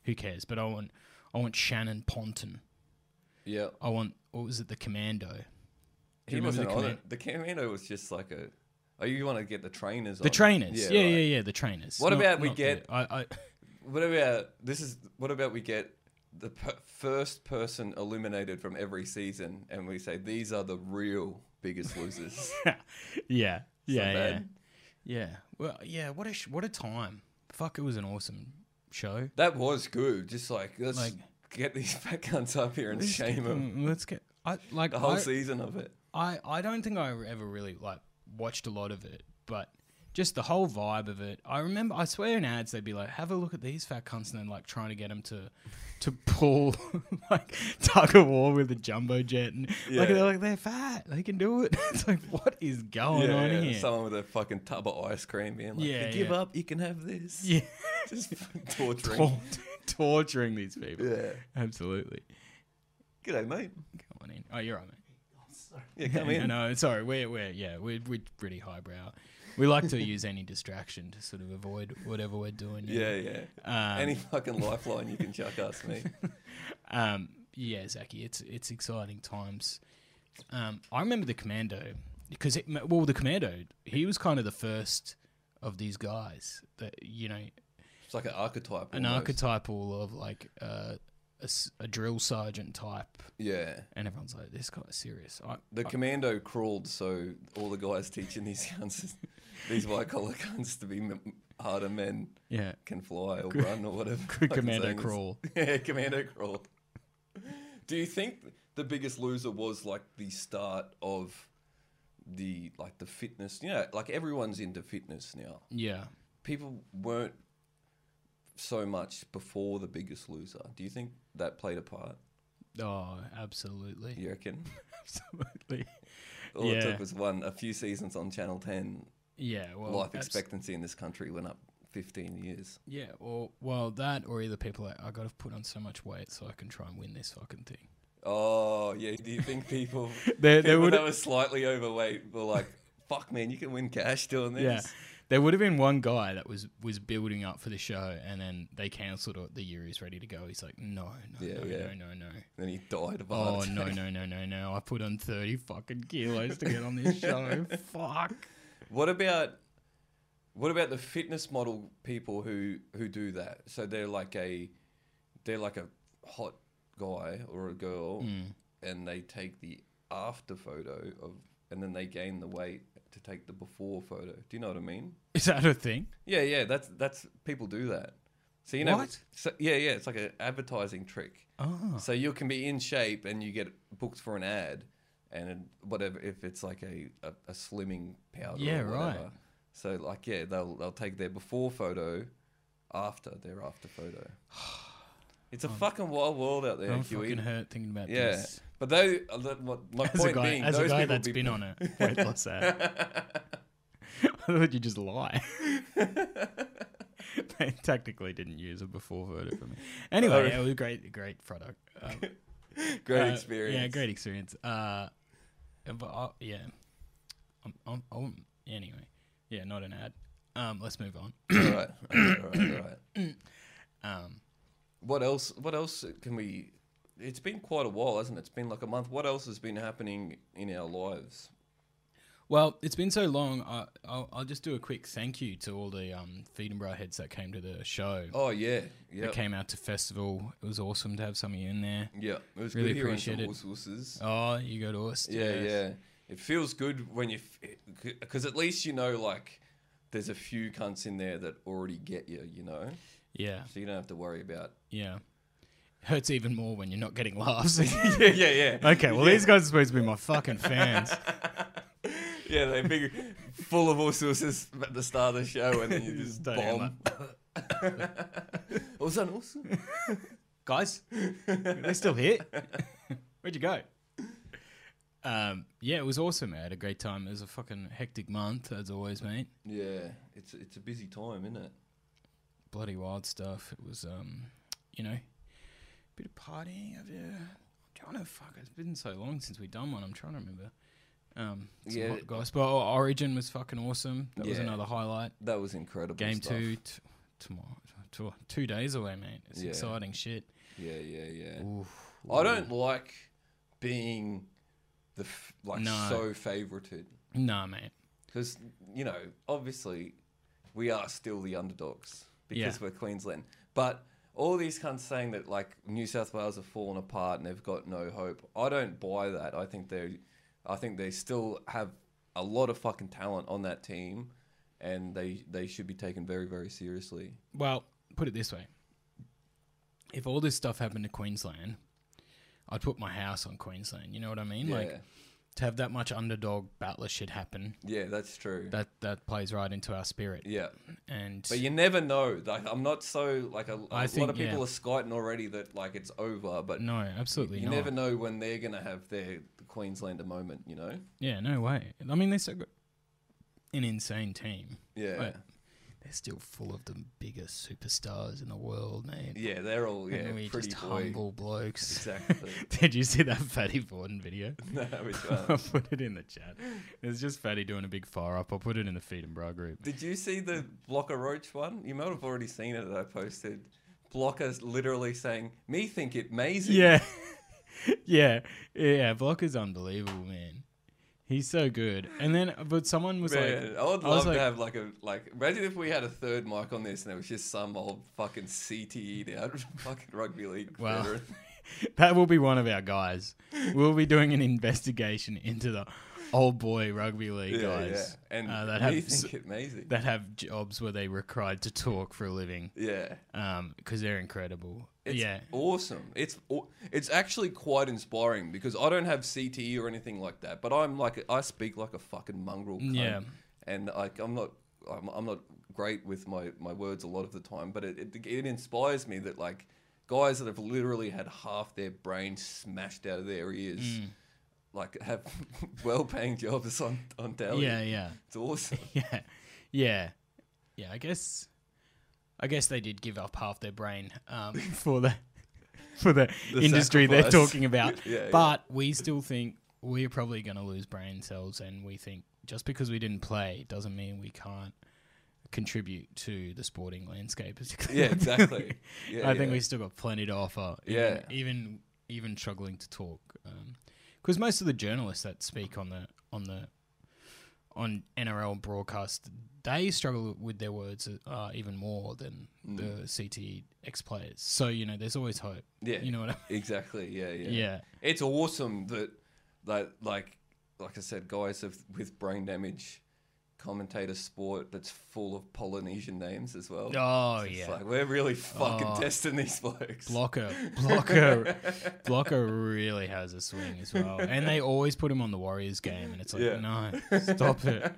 [SPEAKER 2] who cares? But I want, I want Shannon Ponton.
[SPEAKER 1] Yeah,
[SPEAKER 2] I want what was it, the Commando? Do
[SPEAKER 1] he
[SPEAKER 2] you remember
[SPEAKER 1] wasn't
[SPEAKER 2] the
[SPEAKER 1] on
[SPEAKER 2] command-
[SPEAKER 1] it. The commando was just like a. Oh, you want to get the trainers?
[SPEAKER 2] The
[SPEAKER 1] on.
[SPEAKER 2] trainers, yeah, yeah,
[SPEAKER 1] Oh, right.
[SPEAKER 2] yeah, the trainers.
[SPEAKER 1] What about we
[SPEAKER 2] the-
[SPEAKER 1] get-
[SPEAKER 2] I, I,
[SPEAKER 1] What about this? Is what about we get the per- first person eliminated from every season, and we say these are the real biggest losers.
[SPEAKER 2] yeah, yeah, yeah,
[SPEAKER 1] bad.
[SPEAKER 2] yeah. Well, yeah. What a sh- what a time! Fuck, it was an awesome show.
[SPEAKER 1] that was good. Just like let's
[SPEAKER 2] Like-
[SPEAKER 1] get these fat cunts up here and
[SPEAKER 2] Let's
[SPEAKER 1] shame
[SPEAKER 2] get
[SPEAKER 1] them.
[SPEAKER 2] them- Let's get. I like
[SPEAKER 1] The whole
[SPEAKER 2] I,
[SPEAKER 1] season of it.
[SPEAKER 2] I I don't think I ever really like watched a lot of it, but just the whole vibe of it. I remember. I swear in ads they'd be like, "Have a look at these fat cunts," and then like trying to get them to to pull like tug of war with a jumbo jet, and like
[SPEAKER 1] Yeah.
[SPEAKER 2] they're like they're fat, they can do it. it's like what is going on
[SPEAKER 1] yeah,
[SPEAKER 2] here?
[SPEAKER 1] someone with a fucking tub of ice cream being like,
[SPEAKER 2] Yeah,
[SPEAKER 1] "You give
[SPEAKER 2] yeah.
[SPEAKER 1] up, you can have this.
[SPEAKER 2] yeah,
[SPEAKER 1] Just fucking torturing.
[SPEAKER 2] Tor- torturing these people.
[SPEAKER 1] yeah.
[SPEAKER 2] Absolutely.
[SPEAKER 1] G'day, mate.
[SPEAKER 2] Come on in. Oh, you're right, mate.
[SPEAKER 1] Yeah, come
[SPEAKER 2] Yeah,
[SPEAKER 1] in.
[SPEAKER 2] No, sorry. We're, we're yeah, we're, we're pretty highbrow. We like to use any distraction to sort of avoid whatever we're doing.
[SPEAKER 1] Yeah, yeah.
[SPEAKER 2] Um,
[SPEAKER 1] Any fucking lifeline you can chuck us, mate.
[SPEAKER 2] um, yeah, Zachy. It's it's exciting times. Um, I remember the commando because it, well, the commando he was kind of the first of these guys that you know
[SPEAKER 1] It's like an archetype.
[SPEAKER 2] an
[SPEAKER 1] almost.
[SPEAKER 2] archetypal of like uh, a, s- a drill sergeant type,
[SPEAKER 1] Yeah.
[SPEAKER 2] and everyone's like, this guy's serious. I,
[SPEAKER 1] The commando crawled, so all the guys teaching these guns, these white collar guns, to be m- harder men
[SPEAKER 2] yeah,
[SPEAKER 1] can fly or run or whatever. fucking
[SPEAKER 2] good commando
[SPEAKER 1] saying is.
[SPEAKER 2] crawl.
[SPEAKER 1] Yeah, commando crawl. Do you think the Biggest Loser was like the start of the like the fitness? You know, like everyone's into fitness now.
[SPEAKER 2] Yeah,
[SPEAKER 1] People weren't so much before the Biggest Loser. Do you think that played a part?
[SPEAKER 2] oh, absolutely,
[SPEAKER 1] You reckon?
[SPEAKER 2] absolutely.
[SPEAKER 1] All it
[SPEAKER 2] Yeah.
[SPEAKER 1] took was one, a few seasons on Channel Ten
[SPEAKER 2] Yeah, well,
[SPEAKER 1] life
[SPEAKER 2] abs-
[SPEAKER 1] expectancy in this country went up 15 years.
[SPEAKER 2] Yeah, or well, that or either people are like, I got to put on so much weight so I can try and win this fucking thing.
[SPEAKER 1] Oh, yeah. Do you think people,
[SPEAKER 2] There, there
[SPEAKER 1] people
[SPEAKER 2] would,
[SPEAKER 1] that were slightly overweight were like, fuck, man, you can win cash doing this?
[SPEAKER 2] yeah, there would have been one guy that was was building up for the show, and then they cancelled it the year he's ready to go. He's like, no, no,
[SPEAKER 1] Yeah,
[SPEAKER 2] no,
[SPEAKER 1] yeah.
[SPEAKER 2] no, no, no.
[SPEAKER 1] Then he died of a
[SPEAKER 2] Oh
[SPEAKER 1] heart
[SPEAKER 2] no,
[SPEAKER 1] attack.
[SPEAKER 2] no, no, no, no! I put on thirty fucking kilos to get on this show. Fuck.
[SPEAKER 1] What about what about the fitness model people who who do that? So they're like a they're like a hot guy or a girl,
[SPEAKER 2] Hmm.
[SPEAKER 1] and they take the after photo of, and then they gain the weight to take the before photo. Do you know what I mean?
[SPEAKER 2] Is that a thing?
[SPEAKER 1] Yeah, yeah, that's that's people do that. So you know,
[SPEAKER 2] What?
[SPEAKER 1] So, yeah, yeah, it's like an advertising trick.
[SPEAKER 2] Oh,
[SPEAKER 1] So you can be in shape and you get booked for an ad, and it- whatever if it's like a a, a slimming powder.
[SPEAKER 2] Yeah,
[SPEAKER 1] or
[SPEAKER 2] right.
[SPEAKER 1] whatever. So like, yeah, they'll they'll take their before photo, after their after photo. It's a fucking wild world out there,
[SPEAKER 2] I'm
[SPEAKER 1] Huey.
[SPEAKER 2] fucking hurt thinking about
[SPEAKER 1] Yeah,
[SPEAKER 2] this.
[SPEAKER 1] but though uh, that- my, my
[SPEAKER 2] As a
[SPEAKER 1] point
[SPEAKER 2] guy,
[SPEAKER 1] being,
[SPEAKER 2] as
[SPEAKER 1] those
[SPEAKER 2] a guy
[SPEAKER 1] people
[SPEAKER 2] that's
[SPEAKER 1] be,
[SPEAKER 2] been on a weight loss ad, I thought you just lie. they technically didn't use a before photo for me. Anyway,
[SPEAKER 1] Oh.
[SPEAKER 2] yeah, it was a great, great product. Um,
[SPEAKER 1] great
[SPEAKER 2] uh,
[SPEAKER 1] experience.
[SPEAKER 2] Yeah, great experience. Uh, but I, yeah, I'm, I'm, I wouldn't- anyway, yeah, not an ad. Um, let's move on.
[SPEAKER 1] all right, all right, all right, all right.
[SPEAKER 2] Um,
[SPEAKER 1] What else? What else can we? It's been quite a while, hasn't it? It's been like a month. What else has been happening in our lives?
[SPEAKER 2] well, it's been so long. I, I'll, I'll just do a quick thank you to all the um, feed and bra heads that came to the show.
[SPEAKER 1] Oh yeah,
[SPEAKER 2] That
[SPEAKER 1] yeah,
[SPEAKER 2] came out to festival. It was awesome to have some of you in there.
[SPEAKER 1] yeah. It was
[SPEAKER 2] Really
[SPEAKER 1] good hearing
[SPEAKER 2] appreciate
[SPEAKER 1] some
[SPEAKER 2] it.
[SPEAKER 1] horse wusses.
[SPEAKER 2] Oh, you got Aust.
[SPEAKER 1] yeah,
[SPEAKER 2] yes.
[SPEAKER 1] yeah. It feels good when you, because at least you know like there's a few cunts in there that already get you, you know,
[SPEAKER 2] Yeah,
[SPEAKER 1] so you don't have to worry about.
[SPEAKER 2] yeah. Hurts even more when you're not getting laughs.
[SPEAKER 1] yeah, yeah, yeah.
[SPEAKER 2] okay, well, these guys are supposed to be my fucking fans.
[SPEAKER 1] Yeah, they big, full of all sources at the start of the show, and then you just
[SPEAKER 2] Don't hit 'em
[SPEAKER 1] bomb. Was that awesome?
[SPEAKER 2] guys, they still here. Where'd you go? Um, yeah, it was awesome. I had a great time. It was a fucking hectic month, as always, mate.
[SPEAKER 1] Yeah, it's it's a busy time, isn't it?
[SPEAKER 2] Bloody wild stuff. It was, um, you know, bit of partying. I've, uh, I'm trying to fuck. It's been so long since we done one. I'm trying to remember. Um, some
[SPEAKER 1] Yeah.
[SPEAKER 2] hot gospel. Oh, Origin was fucking awesome. That was
[SPEAKER 1] Yeah.
[SPEAKER 2] another highlight.
[SPEAKER 1] That was incredible.
[SPEAKER 2] Game
[SPEAKER 1] stuff.
[SPEAKER 2] two t- tomorrow. T- two days away, mate. It's
[SPEAKER 1] Yeah.
[SPEAKER 2] exciting shit.
[SPEAKER 1] Yeah, yeah, yeah.
[SPEAKER 2] Oof.
[SPEAKER 1] I don't like being the f- like
[SPEAKER 2] No.
[SPEAKER 1] so favorited
[SPEAKER 2] Nah, mate.
[SPEAKER 1] because you know obviously we are still the underdogs because
[SPEAKER 2] Yeah.
[SPEAKER 1] we're Queensland, but. All these cunts saying that like New South Wales have fallen apart and they've got no hope. I don't buy that. I think they, I think they still have a lot of fucking talent on that team, and they they should be taken very very seriously.
[SPEAKER 2] Well, put it this way: if all this stuff happened to Queensland, I'd put my house on Queensland. You know what I mean?
[SPEAKER 1] Yeah.
[SPEAKER 2] Like to have that much underdog battler shit happen,
[SPEAKER 1] Yeah, that's true.
[SPEAKER 2] that that plays right into our spirit.
[SPEAKER 1] yeah.
[SPEAKER 2] And
[SPEAKER 1] But you never know. Like I'm not so like a a
[SPEAKER 2] I
[SPEAKER 1] lot
[SPEAKER 2] think,
[SPEAKER 1] of people
[SPEAKER 2] yeah.
[SPEAKER 1] are skiting already that like it's over, but
[SPEAKER 2] no, absolutely
[SPEAKER 1] you
[SPEAKER 2] not.
[SPEAKER 1] never know when they're gonna have their Queenslander moment. You know?
[SPEAKER 2] yeah, no way. I mean, they're so good. an insane team.
[SPEAKER 1] Yeah.
[SPEAKER 2] But they're still full of the biggest superstars in the world, man.
[SPEAKER 1] Yeah, they're all yeah
[SPEAKER 2] and we
[SPEAKER 1] pretty
[SPEAKER 2] just
[SPEAKER 1] boy.
[SPEAKER 2] humble blokes.
[SPEAKER 1] Exactly. Uh.
[SPEAKER 2] Did you see that Fatty Borden video?
[SPEAKER 1] no, which
[SPEAKER 2] I'll
[SPEAKER 1] one?
[SPEAKER 2] put it in the chat. It's just Fatty doing a big fire up. I'll put it in the feed and bra group.
[SPEAKER 1] Did you see the Blocker Roach one? You might have already seen it that I posted. Blocker's literally saying, "Me think it amazing."
[SPEAKER 2] Yeah. yeah. Yeah. Blocker's unbelievable, man. He's so good. And then, but someone was
[SPEAKER 1] Man,
[SPEAKER 2] like,
[SPEAKER 1] I would
[SPEAKER 2] I was
[SPEAKER 1] love
[SPEAKER 2] like-
[SPEAKER 1] to have like a like. Imagine if we had a third mic on this and it was just some old fucking CTE out fucking rugby league
[SPEAKER 2] Wow.
[SPEAKER 1] veteran.
[SPEAKER 2] that will be one of our guys. We'll be doing an investigation into the old boy rugby league guys
[SPEAKER 1] yeah. and
[SPEAKER 2] uh, that
[SPEAKER 1] me
[SPEAKER 2] have s-
[SPEAKER 1] think it amazing.
[SPEAKER 2] that have jobs where they required to talk for a living
[SPEAKER 1] yeah,
[SPEAKER 2] because they're incredible.
[SPEAKER 1] it's
[SPEAKER 2] yeah.
[SPEAKER 1] awesome. It's aw- it's actually quite inspiring because I don't have CTE or anything like that, but I'm like I speak like a fucking mongrel. Cunt,
[SPEAKER 2] Yeah.
[SPEAKER 1] and like I'm not I'm, I'm not great with my my words a lot of the time, but it, it it inspires me that like guys that have literally had half their brain smashed out of their ears.
[SPEAKER 2] Mm.
[SPEAKER 1] Like have well-paying jobs on on telly.
[SPEAKER 2] Yeah. Yeah.
[SPEAKER 1] it's awesome.
[SPEAKER 2] yeah, yeah, yeah. I guess, I guess they did give up half their brain um, for the for the,
[SPEAKER 1] The
[SPEAKER 2] industry they're
[SPEAKER 1] sacrifice.
[SPEAKER 2] talking about.
[SPEAKER 1] Yeah, yeah.
[SPEAKER 2] but we still think we're probably going to lose brain cells, and we think just because we didn't play doesn't mean we can't contribute to the sporting landscape. particularly.
[SPEAKER 1] Yeah, exactly. Yeah,
[SPEAKER 2] I think
[SPEAKER 1] yeah.
[SPEAKER 2] we still got plenty to offer. even-
[SPEAKER 1] Yeah.
[SPEAKER 2] even even struggling to talk, because most of the journalists that speak on the on the on NRL broadcast, they struggle with their words uh, even more than
[SPEAKER 1] Mm.
[SPEAKER 2] the CTE ex players. So you know, there's always hope.
[SPEAKER 1] Yeah.
[SPEAKER 2] you know what I
[SPEAKER 1] Exactly. Yeah, yeah.
[SPEAKER 2] mean? Yeah,
[SPEAKER 1] It's awesome that that like like I said, guys of, with brain damage commentator sport that's full of Polynesian names as well.
[SPEAKER 2] oh
[SPEAKER 1] It's
[SPEAKER 2] yeah.
[SPEAKER 1] like we're really fucking
[SPEAKER 2] Oh.
[SPEAKER 1] testing these blokes.
[SPEAKER 2] Blocker, blocker, blocker really has a swing as well, and they always put him on the Warriors game, and it's like,
[SPEAKER 1] Yeah.
[SPEAKER 2] no, stop it.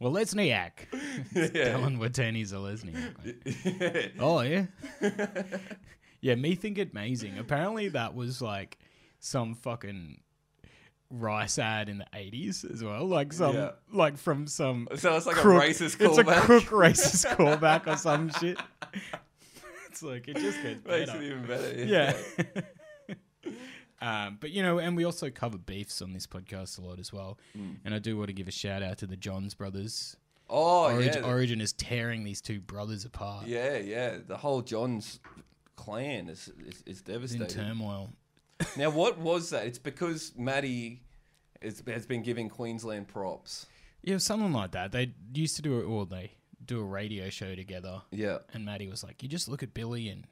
[SPEAKER 2] Well, let's Niak.
[SPEAKER 1] yeah.
[SPEAKER 2] Dylan Watani Zelezniak.
[SPEAKER 1] yeah.
[SPEAKER 2] Oh yeah, yeah. Me think it amazing. Apparently that was like some fucking rice ad in the eighties as well. Like some
[SPEAKER 1] Yeah.
[SPEAKER 2] like from some
[SPEAKER 1] So it's like
[SPEAKER 2] crook-
[SPEAKER 1] a racist
[SPEAKER 2] It's a
[SPEAKER 1] callback.
[SPEAKER 2] crook racist callback or some shit. It's like it just gets
[SPEAKER 1] Makes it
[SPEAKER 2] better.
[SPEAKER 1] even better.
[SPEAKER 2] Yeah. Um, but you know, and we also cover beefs on this podcast a lot as well.
[SPEAKER 1] Hmm.
[SPEAKER 2] And I do want to give a shout out to the Johns brothers.
[SPEAKER 1] Oh
[SPEAKER 2] Origin,
[SPEAKER 1] yeah.
[SPEAKER 2] Origin is tearing these two brothers apart.
[SPEAKER 1] yeah, yeah. The whole John's clan is is, is
[SPEAKER 2] It's in
[SPEAKER 1] devastated.
[SPEAKER 2] turmoil.
[SPEAKER 1] Now, what was that? It's because Maddie is, has been giving Queensland props.
[SPEAKER 2] Yeah, something like that. They used to do it, or they do a radio show together.
[SPEAKER 1] Yeah.
[SPEAKER 2] And Maddie was like, "You just look at Billy," and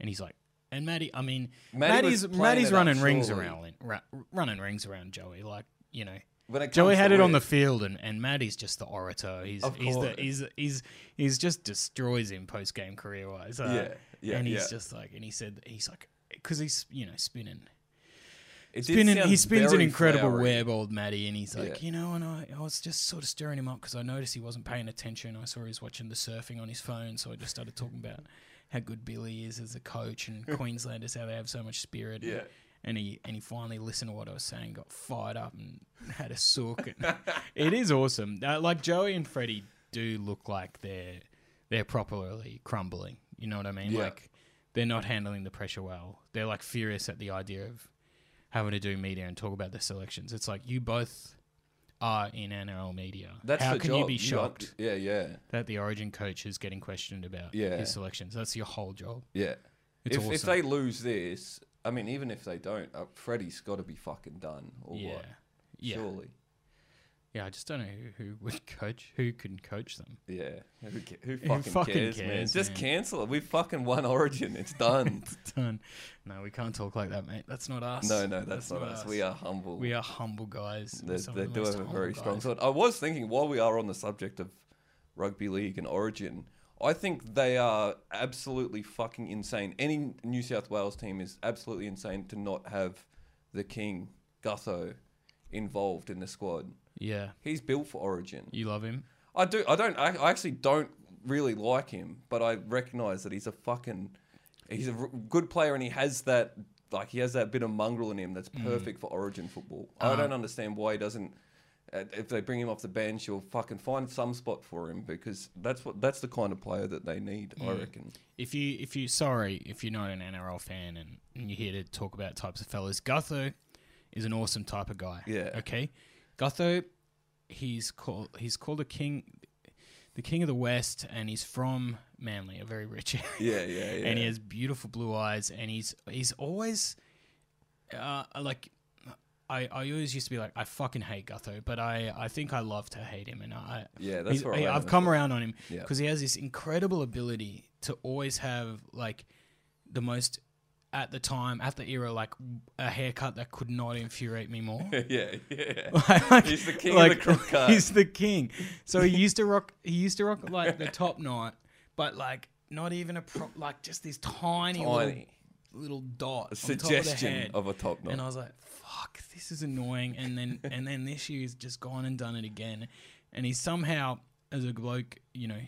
[SPEAKER 2] and he's like, "And Maddie, I mean,
[SPEAKER 1] Maddie was
[SPEAKER 2] Maddie's
[SPEAKER 1] playing it
[SPEAKER 2] Maddie's
[SPEAKER 1] up,
[SPEAKER 2] running rings
[SPEAKER 1] surely.
[SPEAKER 2] around, ra- running rings around Joey, like you know."
[SPEAKER 1] When it
[SPEAKER 2] Joey
[SPEAKER 1] comes
[SPEAKER 2] had
[SPEAKER 1] to
[SPEAKER 2] it on the field, and, and Maddie's just the orator. He's
[SPEAKER 1] Of
[SPEAKER 2] he's the,
[SPEAKER 1] course.
[SPEAKER 2] he's he's he's just destroys him post game career wise.
[SPEAKER 1] Yeah, yeah,
[SPEAKER 2] And he's
[SPEAKER 1] yeah.
[SPEAKER 2] just like, and he said he's like, because he's you know spinning,
[SPEAKER 1] it did
[SPEAKER 2] spinning.
[SPEAKER 1] sound
[SPEAKER 2] He spins an
[SPEAKER 1] very
[SPEAKER 2] incredible
[SPEAKER 1] flowery.
[SPEAKER 2] web, old Maddie, and he's like,
[SPEAKER 1] Yeah.
[SPEAKER 2] you know, and I, I was just sort of stirring him up because I noticed he wasn't paying attention. I saw he was watching the surfing on his phone, so I just started talking about how good Billy is as a coach and Queenslanders how they have so much spirit.
[SPEAKER 1] Yeah.
[SPEAKER 2] And he and he finally listened to what I was saying, got fired up, and had a sook. And it is awesome. Uh, like Joey and Freddie do look like they're they're properly crumbling. You know what I mean?
[SPEAKER 1] Yeah.
[SPEAKER 2] Like they're not handling the pressure well. They're like furious at the idea of having to do media and talk about their selections. It's like you both are in NRL media.
[SPEAKER 1] That's
[SPEAKER 2] How
[SPEAKER 1] the
[SPEAKER 2] can
[SPEAKER 1] job.
[SPEAKER 2] you be
[SPEAKER 1] are-
[SPEAKER 2] shocked
[SPEAKER 1] yeah, yeah,
[SPEAKER 2] that the Origin coach is getting questioned about
[SPEAKER 1] Yeah.
[SPEAKER 2] his selections? That's your whole job.
[SPEAKER 1] yeah.
[SPEAKER 2] It's
[SPEAKER 1] if,
[SPEAKER 2] awesome.
[SPEAKER 1] if they lose this, I mean, even if they don't, uh, Freddie's got to be fucking done or
[SPEAKER 2] yeah.
[SPEAKER 1] what?
[SPEAKER 2] Yeah.
[SPEAKER 1] Surely.
[SPEAKER 2] Yeah, I just don't know who, who would coach who can coach them.
[SPEAKER 1] Yeah. Who, ca- who fucking,
[SPEAKER 2] fucking
[SPEAKER 1] cares, man?
[SPEAKER 2] cares,
[SPEAKER 1] Just
[SPEAKER 2] man?
[SPEAKER 1] cancel it. We fucking won Origin. It's done.
[SPEAKER 2] Done. No, we can't talk like that, mate. That's not us.
[SPEAKER 1] no, no, that's, not, us. We are humble.
[SPEAKER 2] we are humble guys. We're
[SPEAKER 1] They,
[SPEAKER 2] some
[SPEAKER 1] they
[SPEAKER 2] of the
[SPEAKER 1] do
[SPEAKER 2] most
[SPEAKER 1] have a
[SPEAKER 2] humble
[SPEAKER 1] very strong
[SPEAKER 2] guys.
[SPEAKER 1] side. I was thinking while we are on the subject of rugby league and origin, I think they are absolutely fucking insane. Any New South Wales team is absolutely insane to not have the king Gutho involved in the squad.
[SPEAKER 2] Yeah.
[SPEAKER 1] He's built for Origin.
[SPEAKER 2] You love him.
[SPEAKER 1] I do. I don't. I, I actually don't really like him, but I recognize that he's a fucking. He's a r- good player, and he has that like he has that bit of mongrel in him that's
[SPEAKER 2] Mm.
[SPEAKER 1] perfect for Origin football. I
[SPEAKER 2] Uh-huh.
[SPEAKER 1] don't understand why he doesn't. uh, If they bring him off the bench, you'll fucking find some spot for him because that's what that's the kind of player that they need. I reckon.
[SPEAKER 2] If you if you sorry if you're not an NRL fan and, and you're here to talk about types of fellas, Gutho is an awesome type of guy.
[SPEAKER 1] Yeah.
[SPEAKER 2] Okay. Gutho, he's called he's called a king, the king of the West, and he's from Manly, a very rich area.
[SPEAKER 1] Yeah, yeah, yeah.
[SPEAKER 2] and he has beautiful blue eyes and he's he's always uh, like I, I always used to be like I fucking hate Gutho, but I, I think I love to hate him, and I
[SPEAKER 1] Yeah, that's
[SPEAKER 2] he's-
[SPEAKER 1] where I
[SPEAKER 2] I,
[SPEAKER 1] am
[SPEAKER 2] I've
[SPEAKER 1] as
[SPEAKER 2] come around on him
[SPEAKER 1] Yeah.
[SPEAKER 2] because he has this incredible ability to always have like the most at the time at the era like a haircut that could not infuriate me more.
[SPEAKER 1] yeah, yeah.
[SPEAKER 2] Like-
[SPEAKER 1] He's the king of the crook cut.
[SPEAKER 2] He's the king. So he used to rock. He used to rock like the top knot, but like not even a prop. Like just this
[SPEAKER 1] Tiny.
[SPEAKER 2] tiny, Little, little
[SPEAKER 1] A
[SPEAKER 2] dot. on top of the
[SPEAKER 1] suggestion
[SPEAKER 2] head.
[SPEAKER 1] of, a top knot.
[SPEAKER 2] And I was like, "Fuck, this is annoying." And then and then this year he's just gone and done it again. And he's somehow, as a bloke, you know,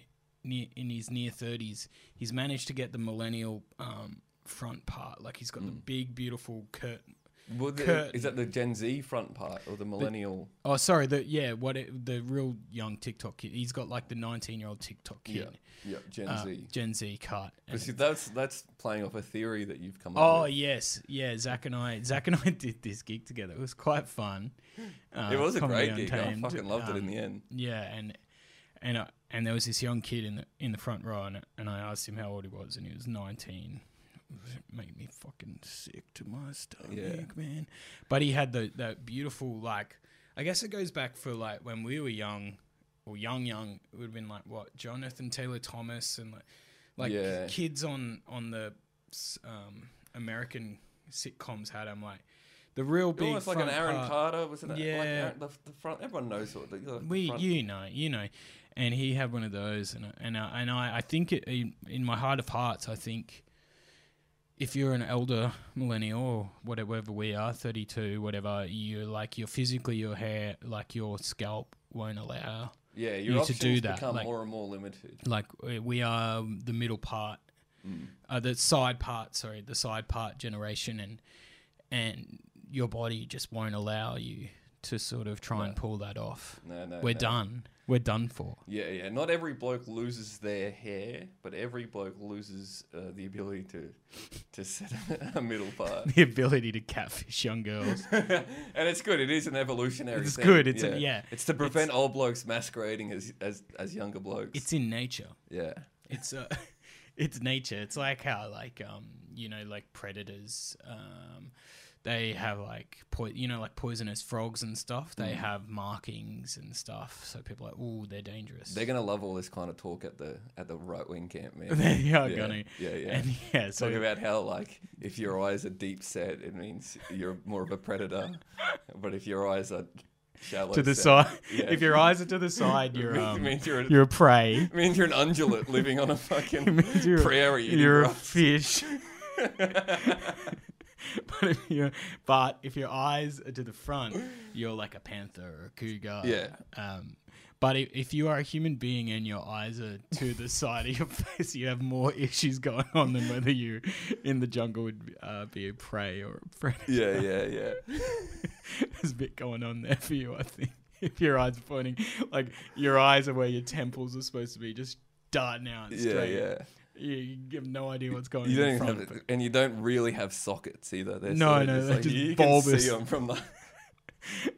[SPEAKER 2] near, in his near thirties, he's managed to get the millennial um, front part. Like he's got
[SPEAKER 1] Hmm.
[SPEAKER 2] the big, beautiful curtain.
[SPEAKER 1] Well, the,
[SPEAKER 2] Curtain.
[SPEAKER 1] is that the Gen Z front part or the millennial?
[SPEAKER 2] Oh, sorry. The yeah, what it, the real young TikTok kid? He's got like the nineteen-year-old TikTok
[SPEAKER 1] yeah,
[SPEAKER 2] kid,
[SPEAKER 1] yeah, Gen
[SPEAKER 2] uh,
[SPEAKER 1] Z.
[SPEAKER 2] Gen Z cut. And-
[SPEAKER 1] But see, that's that's playing off a theory that you've come up
[SPEAKER 2] oh
[SPEAKER 1] with.
[SPEAKER 2] yes, yeah. Zach and I, Zach and I did this gig together. It was quite fun. Uh,
[SPEAKER 1] it was a
[SPEAKER 2] Comedy
[SPEAKER 1] great gig.
[SPEAKER 2] Untamed.
[SPEAKER 1] I fucking loved it in
[SPEAKER 2] Um,
[SPEAKER 1] the end.
[SPEAKER 2] Yeah, and and uh, and there was this young kid in the in the front row, and, and I asked him how old he was, and he was nineteen. It made me fucking sick to my stomach,
[SPEAKER 1] Yeah.
[SPEAKER 2] man. But he had the that beautiful like. I guess it goes back for like when we were young, or young young. It would have been like what Jonathan Taylor Thomas and like like
[SPEAKER 1] Yeah.
[SPEAKER 2] kids on on the s- um, American sitcoms had. I'm like the real big
[SPEAKER 1] Almost like an
[SPEAKER 2] front
[SPEAKER 1] Aaron
[SPEAKER 2] part-
[SPEAKER 1] Carter, was it? Like
[SPEAKER 2] Yeah.
[SPEAKER 1] Aaron, the, the front. Everyone knows what the, the
[SPEAKER 2] we,
[SPEAKER 1] front.
[SPEAKER 2] you know, you know, and he had one of those, and I- and I, and I, I think it, in, in my heart of hearts, I think if you're an elder millennial or whatever we are, thirty two, whatever, you like your physically your hair, like your scalp won't allow.
[SPEAKER 1] yeah, your
[SPEAKER 2] you to
[SPEAKER 1] options
[SPEAKER 2] do that,
[SPEAKER 1] become
[SPEAKER 2] like-
[SPEAKER 1] more and more limited.
[SPEAKER 2] Like we- we are the middle part,
[SPEAKER 1] Mm.
[SPEAKER 2] uh, the side part, sorry, the side part generation, and and your body just won't allow you to sort of try and pull that off.
[SPEAKER 1] No, no,
[SPEAKER 2] We're
[SPEAKER 1] no.
[SPEAKER 2] done. We're done for.
[SPEAKER 1] Yeah, yeah. Not every bloke loses their hair, but every bloke loses uh, the ability to to set a middle part.
[SPEAKER 2] the ability to catfish young girls.
[SPEAKER 1] and it's good. It is an evolutionary.
[SPEAKER 2] It's
[SPEAKER 1] thing.
[SPEAKER 2] good, it's a- yeah.
[SPEAKER 1] It's to prevent old blokes masquerading as as, as younger blokes.
[SPEAKER 2] it's in nature.
[SPEAKER 1] yeah,
[SPEAKER 2] It's uh, it's nature. It's like how like um you know like predators um they have like po- you know like poisonous frogs and stuff.
[SPEAKER 1] Mm.
[SPEAKER 2] They have markings and stuff. So people are like, oh, they're dangerous.
[SPEAKER 1] they're gonna love all this kind of talk at the at the right wing camp, man.
[SPEAKER 2] They are
[SPEAKER 1] yeah,
[SPEAKER 2] gonna.
[SPEAKER 1] Yeah, yeah.
[SPEAKER 2] And yeah, so
[SPEAKER 1] Talk about how like if your eyes are deep set, it means you're more of a predator, but if your eyes are shallow
[SPEAKER 2] to the
[SPEAKER 1] set,
[SPEAKER 2] side.
[SPEAKER 1] yeah.
[SPEAKER 2] If your eyes are to the side,
[SPEAKER 1] it
[SPEAKER 2] you're
[SPEAKER 1] means-
[SPEAKER 2] um,
[SPEAKER 1] means you're a,
[SPEAKER 2] you're a prey.
[SPEAKER 1] means you're an undulate living on a fucking
[SPEAKER 2] means you're a-
[SPEAKER 1] prairie. eating
[SPEAKER 2] You're a
[SPEAKER 1] grass.
[SPEAKER 2] fish. but if you but if your eyes are to the front, you're like a panther or a cougar.
[SPEAKER 1] Yeah.
[SPEAKER 2] Um, but if, if you are a human being and your eyes are to the side of your face, you have more issues going on than whether you in the jungle would uh, be a prey or a predator.
[SPEAKER 1] yeah, yeah, yeah.
[SPEAKER 2] There's a bit going on there for you, I think. If your eyes are pointing, like your eyes are where your temples are supposed to be, just darting out
[SPEAKER 1] Yeah,
[SPEAKER 2] straight.
[SPEAKER 1] yeah.
[SPEAKER 2] You, you have no idea what's going
[SPEAKER 1] You
[SPEAKER 2] on.
[SPEAKER 1] don't
[SPEAKER 2] in
[SPEAKER 1] even
[SPEAKER 2] front
[SPEAKER 1] have,
[SPEAKER 2] of it.
[SPEAKER 1] it, and you don't really have sockets either. They're
[SPEAKER 2] No,
[SPEAKER 1] sort of
[SPEAKER 2] no,
[SPEAKER 1] just
[SPEAKER 2] they're
[SPEAKER 1] like,
[SPEAKER 2] just
[SPEAKER 1] you can
[SPEAKER 2] bulbous.
[SPEAKER 1] see 'em from the.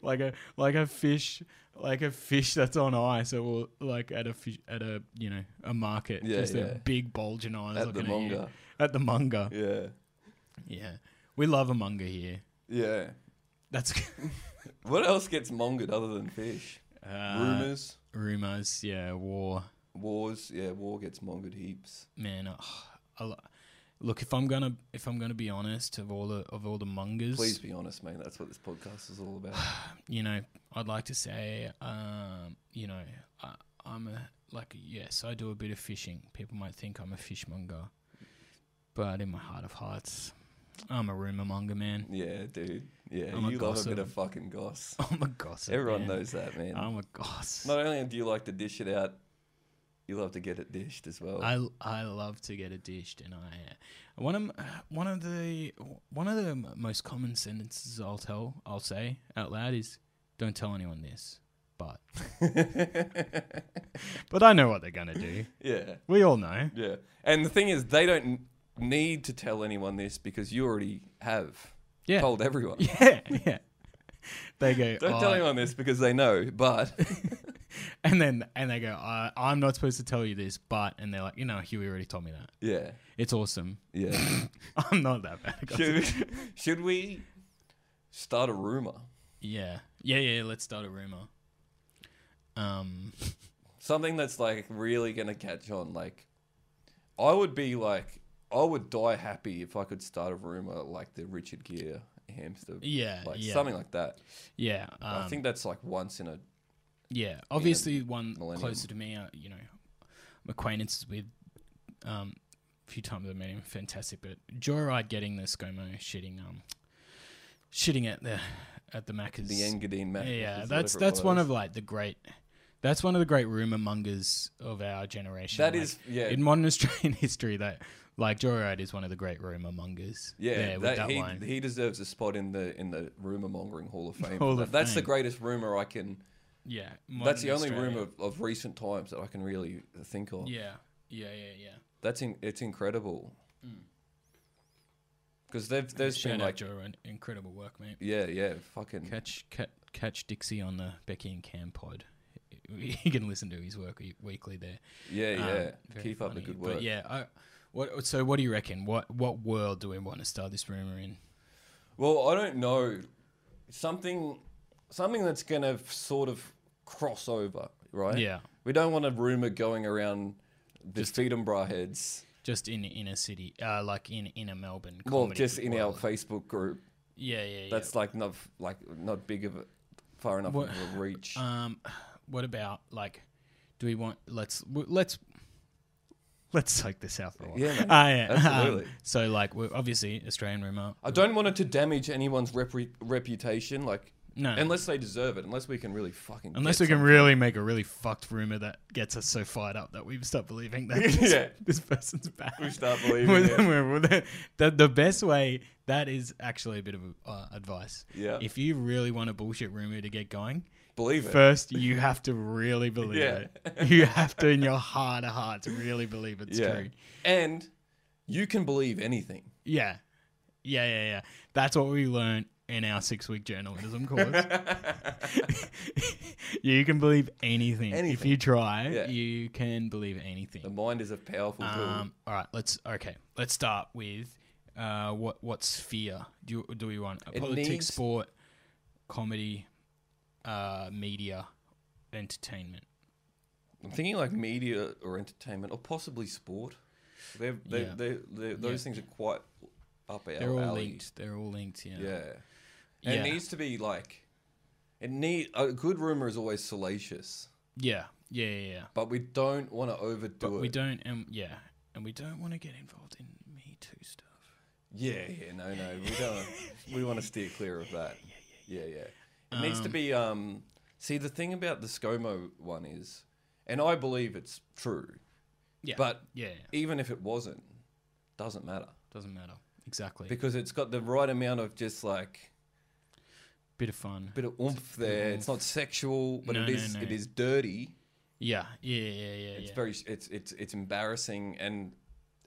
[SPEAKER 2] like a like a fish like a fish that's on ice or like at a fish at a you know a market
[SPEAKER 1] Yeah,
[SPEAKER 2] just
[SPEAKER 1] yeah.
[SPEAKER 2] a big bulging eyes
[SPEAKER 1] At the
[SPEAKER 2] looking at you.
[SPEAKER 1] monger.
[SPEAKER 2] at the monger
[SPEAKER 1] Yeah,
[SPEAKER 2] yeah we love a monger here
[SPEAKER 1] yeah.
[SPEAKER 2] that's
[SPEAKER 1] What else gets mongered other than fish?
[SPEAKER 2] uh,
[SPEAKER 1] Rumors,
[SPEAKER 2] rumors yeah war
[SPEAKER 1] wars. Yeah, war gets mongered heaps.
[SPEAKER 2] man oh, I lo- look if I'm gonna if I'm gonna be honest of all the of all the mongers
[SPEAKER 1] Please be honest, mate. That's what this podcast is all about.
[SPEAKER 2] you know, I'd like to say, um, you know, I, I'm a like yes, I do a bit of fishing. People might think I'm a fishmonger, but in my heart of hearts, I'm a rumor monger, man.
[SPEAKER 1] Yeah, dude. Yeah,
[SPEAKER 2] I'm a
[SPEAKER 1] you love a
[SPEAKER 2] gossip.
[SPEAKER 1] bit of fucking goss.
[SPEAKER 2] I'm a gossip.
[SPEAKER 1] Everyone
[SPEAKER 2] man.
[SPEAKER 1] knows that, man.
[SPEAKER 2] I'm a gossip.
[SPEAKER 1] Not only do you like to dish it out, you love to get it dished as well.
[SPEAKER 2] I, I love to get a dished, and I one of m- one of the one of the m- most common sentences I'll tell I'll say out loud is, "Don't tell anyone this," but but I know what they're gonna do.
[SPEAKER 1] yeah,
[SPEAKER 2] We all know.
[SPEAKER 1] yeah. And the thing is, they don't n- need to tell anyone this because you already have
[SPEAKER 2] Yeah,
[SPEAKER 1] told everyone.
[SPEAKER 2] yeah, yeah. They go.
[SPEAKER 1] Don't
[SPEAKER 2] "Oh,"
[SPEAKER 1] tell anyone this because they know, but
[SPEAKER 2] And then and they go. I, I'm not supposed to tell you this, but and they're like, you know, Huey already told me that.
[SPEAKER 1] yeah,
[SPEAKER 2] It's awesome.
[SPEAKER 1] yeah.
[SPEAKER 2] I'm not that bad. at gossip.
[SPEAKER 1] should, should we start a rumor?
[SPEAKER 2] Yeah, yeah, yeah. Let's start a rumor. Um.
[SPEAKER 1] Something that's like really gonna catch on. Like, I would be like, I would die happy if I could start a rumor like the Richard Gere hamster,
[SPEAKER 2] Yeah,
[SPEAKER 1] like
[SPEAKER 2] yeah,
[SPEAKER 1] something like that.
[SPEAKER 2] yeah. Um,
[SPEAKER 1] I think that's like once in a
[SPEAKER 2] yeah. Obviously, one
[SPEAKER 1] millennium.
[SPEAKER 2] closer to me. Uh, you know, I'm acquaintances with um, a few times I met him. Fantastic, but Joyride getting the ScoMo shitting um, shitting at the at the Macca's.
[SPEAKER 1] the Engadine match.
[SPEAKER 2] yeah, that's that's one of like the great. That's one of the great rumor mongers of our generation.
[SPEAKER 1] That
[SPEAKER 2] Like,
[SPEAKER 1] is yeah
[SPEAKER 2] in modern Australian history. That like Joyride is one of the great rumor mongers.
[SPEAKER 1] yeah.
[SPEAKER 2] with
[SPEAKER 1] that,
[SPEAKER 2] that
[SPEAKER 1] he
[SPEAKER 2] line.
[SPEAKER 1] he deserves a spot in the in the rumor mongering hall of fame.
[SPEAKER 2] Hall
[SPEAKER 1] That-
[SPEAKER 2] of
[SPEAKER 1] that's the
[SPEAKER 2] Fame.
[SPEAKER 1] greatest rumor I can.
[SPEAKER 2] yeah,
[SPEAKER 1] that's
[SPEAKER 2] modern
[SPEAKER 1] the only
[SPEAKER 2] Australia.
[SPEAKER 1] rumor of, of recent times that I can really think of.
[SPEAKER 2] Yeah, yeah, yeah, yeah.
[SPEAKER 1] That's in, it's incredible. Because they've there's
[SPEAKER 2] Hmm. Shout
[SPEAKER 1] been
[SPEAKER 2] out
[SPEAKER 1] like
[SPEAKER 2] Joe, Rogan. incredible work, mate.
[SPEAKER 1] yeah yeah fucking
[SPEAKER 2] Catch ca- catch Dixie on the Becky and Cam pod. You can listen to his work we- weekly there.
[SPEAKER 1] yeah
[SPEAKER 2] Um,
[SPEAKER 1] yeah
[SPEAKER 2] very
[SPEAKER 1] keep up the
[SPEAKER 2] funny.
[SPEAKER 1] good
[SPEAKER 2] But
[SPEAKER 1] work.
[SPEAKER 2] yeah, I, what so what do you reckon? What what world do we want to start this rumor in?
[SPEAKER 1] Well, I don't know. Something something that's gonna f- sort of cross over, right?
[SPEAKER 2] Yeah,
[SPEAKER 1] We don't want a rumor going around the Feedumbra heads.
[SPEAKER 2] just in inner city, uh, like in inner Melbourne.
[SPEAKER 1] Well,
[SPEAKER 2] comedy
[SPEAKER 1] just in our
[SPEAKER 2] world.
[SPEAKER 1] Facebook group.
[SPEAKER 2] yeah, yeah, yeah.
[SPEAKER 1] That's like not f- like not big of a far enough
[SPEAKER 2] What-
[SPEAKER 1] of a reach.
[SPEAKER 2] Um, what about like, do we want? Let's w- let's let's soak this out for a while.
[SPEAKER 1] Yeah, mate.
[SPEAKER 2] Ah, yeah. Um,
[SPEAKER 1] Absolutely.
[SPEAKER 2] so like, we're obviously Australian rumor.
[SPEAKER 1] I don't want it to damage anyone's repre reputation, like
[SPEAKER 2] No, unless,
[SPEAKER 1] unless they deserve it. Unless we can really fucking
[SPEAKER 2] unless
[SPEAKER 1] get
[SPEAKER 2] we can really make a really fucked rumor that gets us so fired up that we start believing that this,
[SPEAKER 1] Yeah.
[SPEAKER 2] this person's bad.
[SPEAKER 1] some- we start believing
[SPEAKER 2] We're-
[SPEAKER 1] it.
[SPEAKER 2] we're- we're- the, the, best way that is actually a bit of uh, advice.
[SPEAKER 1] Yeah,
[SPEAKER 2] If you really want a bullshit rumor to get going,
[SPEAKER 1] believe it.
[SPEAKER 2] First, you have to really believe
[SPEAKER 1] Yeah.
[SPEAKER 2] it. You have to, in your heart of hearts, really believe it's
[SPEAKER 1] yeah,
[SPEAKER 2] true.
[SPEAKER 1] and you can believe anything.
[SPEAKER 2] Yeah. Yeah, yeah, yeah. That's what we learned in our six week journalism course. you can believe anything. If
[SPEAKER 1] Anything.
[SPEAKER 2] you try,
[SPEAKER 1] Yeah.
[SPEAKER 2] you can believe
[SPEAKER 1] The
[SPEAKER 2] anything.
[SPEAKER 1] mind is a powerful tool.
[SPEAKER 2] Um, all right, let's okay. Let's start with uh, what what sphere do you, do we want?
[SPEAKER 1] It
[SPEAKER 2] Politics,
[SPEAKER 1] needs-
[SPEAKER 2] sport, comedy, uh, media, entertainment.
[SPEAKER 1] I'm thinking like media or entertainment or possibly sport. They're, they
[SPEAKER 2] Yeah.
[SPEAKER 1] they they those
[SPEAKER 2] Yeah.
[SPEAKER 1] things are quite up our
[SPEAKER 2] They're all
[SPEAKER 1] alley.
[SPEAKER 2] linked. They're all linked. Yeah.
[SPEAKER 1] E. Yeah. And
[SPEAKER 2] Yeah.
[SPEAKER 1] It needs to be like it need a good rumor is always salacious,
[SPEAKER 2] Yeah. Yeah. Yeah. yeah.
[SPEAKER 1] but we don't want to overdo
[SPEAKER 2] But
[SPEAKER 1] it.
[SPEAKER 2] we don't. Um, yeah. And we don't want to get involved in Me Too stuff.
[SPEAKER 1] Yeah, yeah, no, no, we don't. we want to steer clear of that. Yeah, yeah. It needs to be. Um, see, the thing about the ScoMo one is, and I believe it's true,
[SPEAKER 2] Yeah.
[SPEAKER 1] but
[SPEAKER 2] yeah, yeah.
[SPEAKER 1] even if it wasn't, doesn't matter.
[SPEAKER 2] Doesn't matter. Exactly.
[SPEAKER 1] because it's got the right amount of just like
[SPEAKER 2] Bit of fun.
[SPEAKER 1] bit of oomph there. It's not sexual, but
[SPEAKER 2] No,
[SPEAKER 1] it
[SPEAKER 2] no,
[SPEAKER 1] is
[SPEAKER 2] no.
[SPEAKER 1] it is dirty.
[SPEAKER 2] Yeah. Yeah. Yeah. Yeah.
[SPEAKER 1] It's
[SPEAKER 2] yeah.
[SPEAKER 1] very it's it's it's embarrassing, and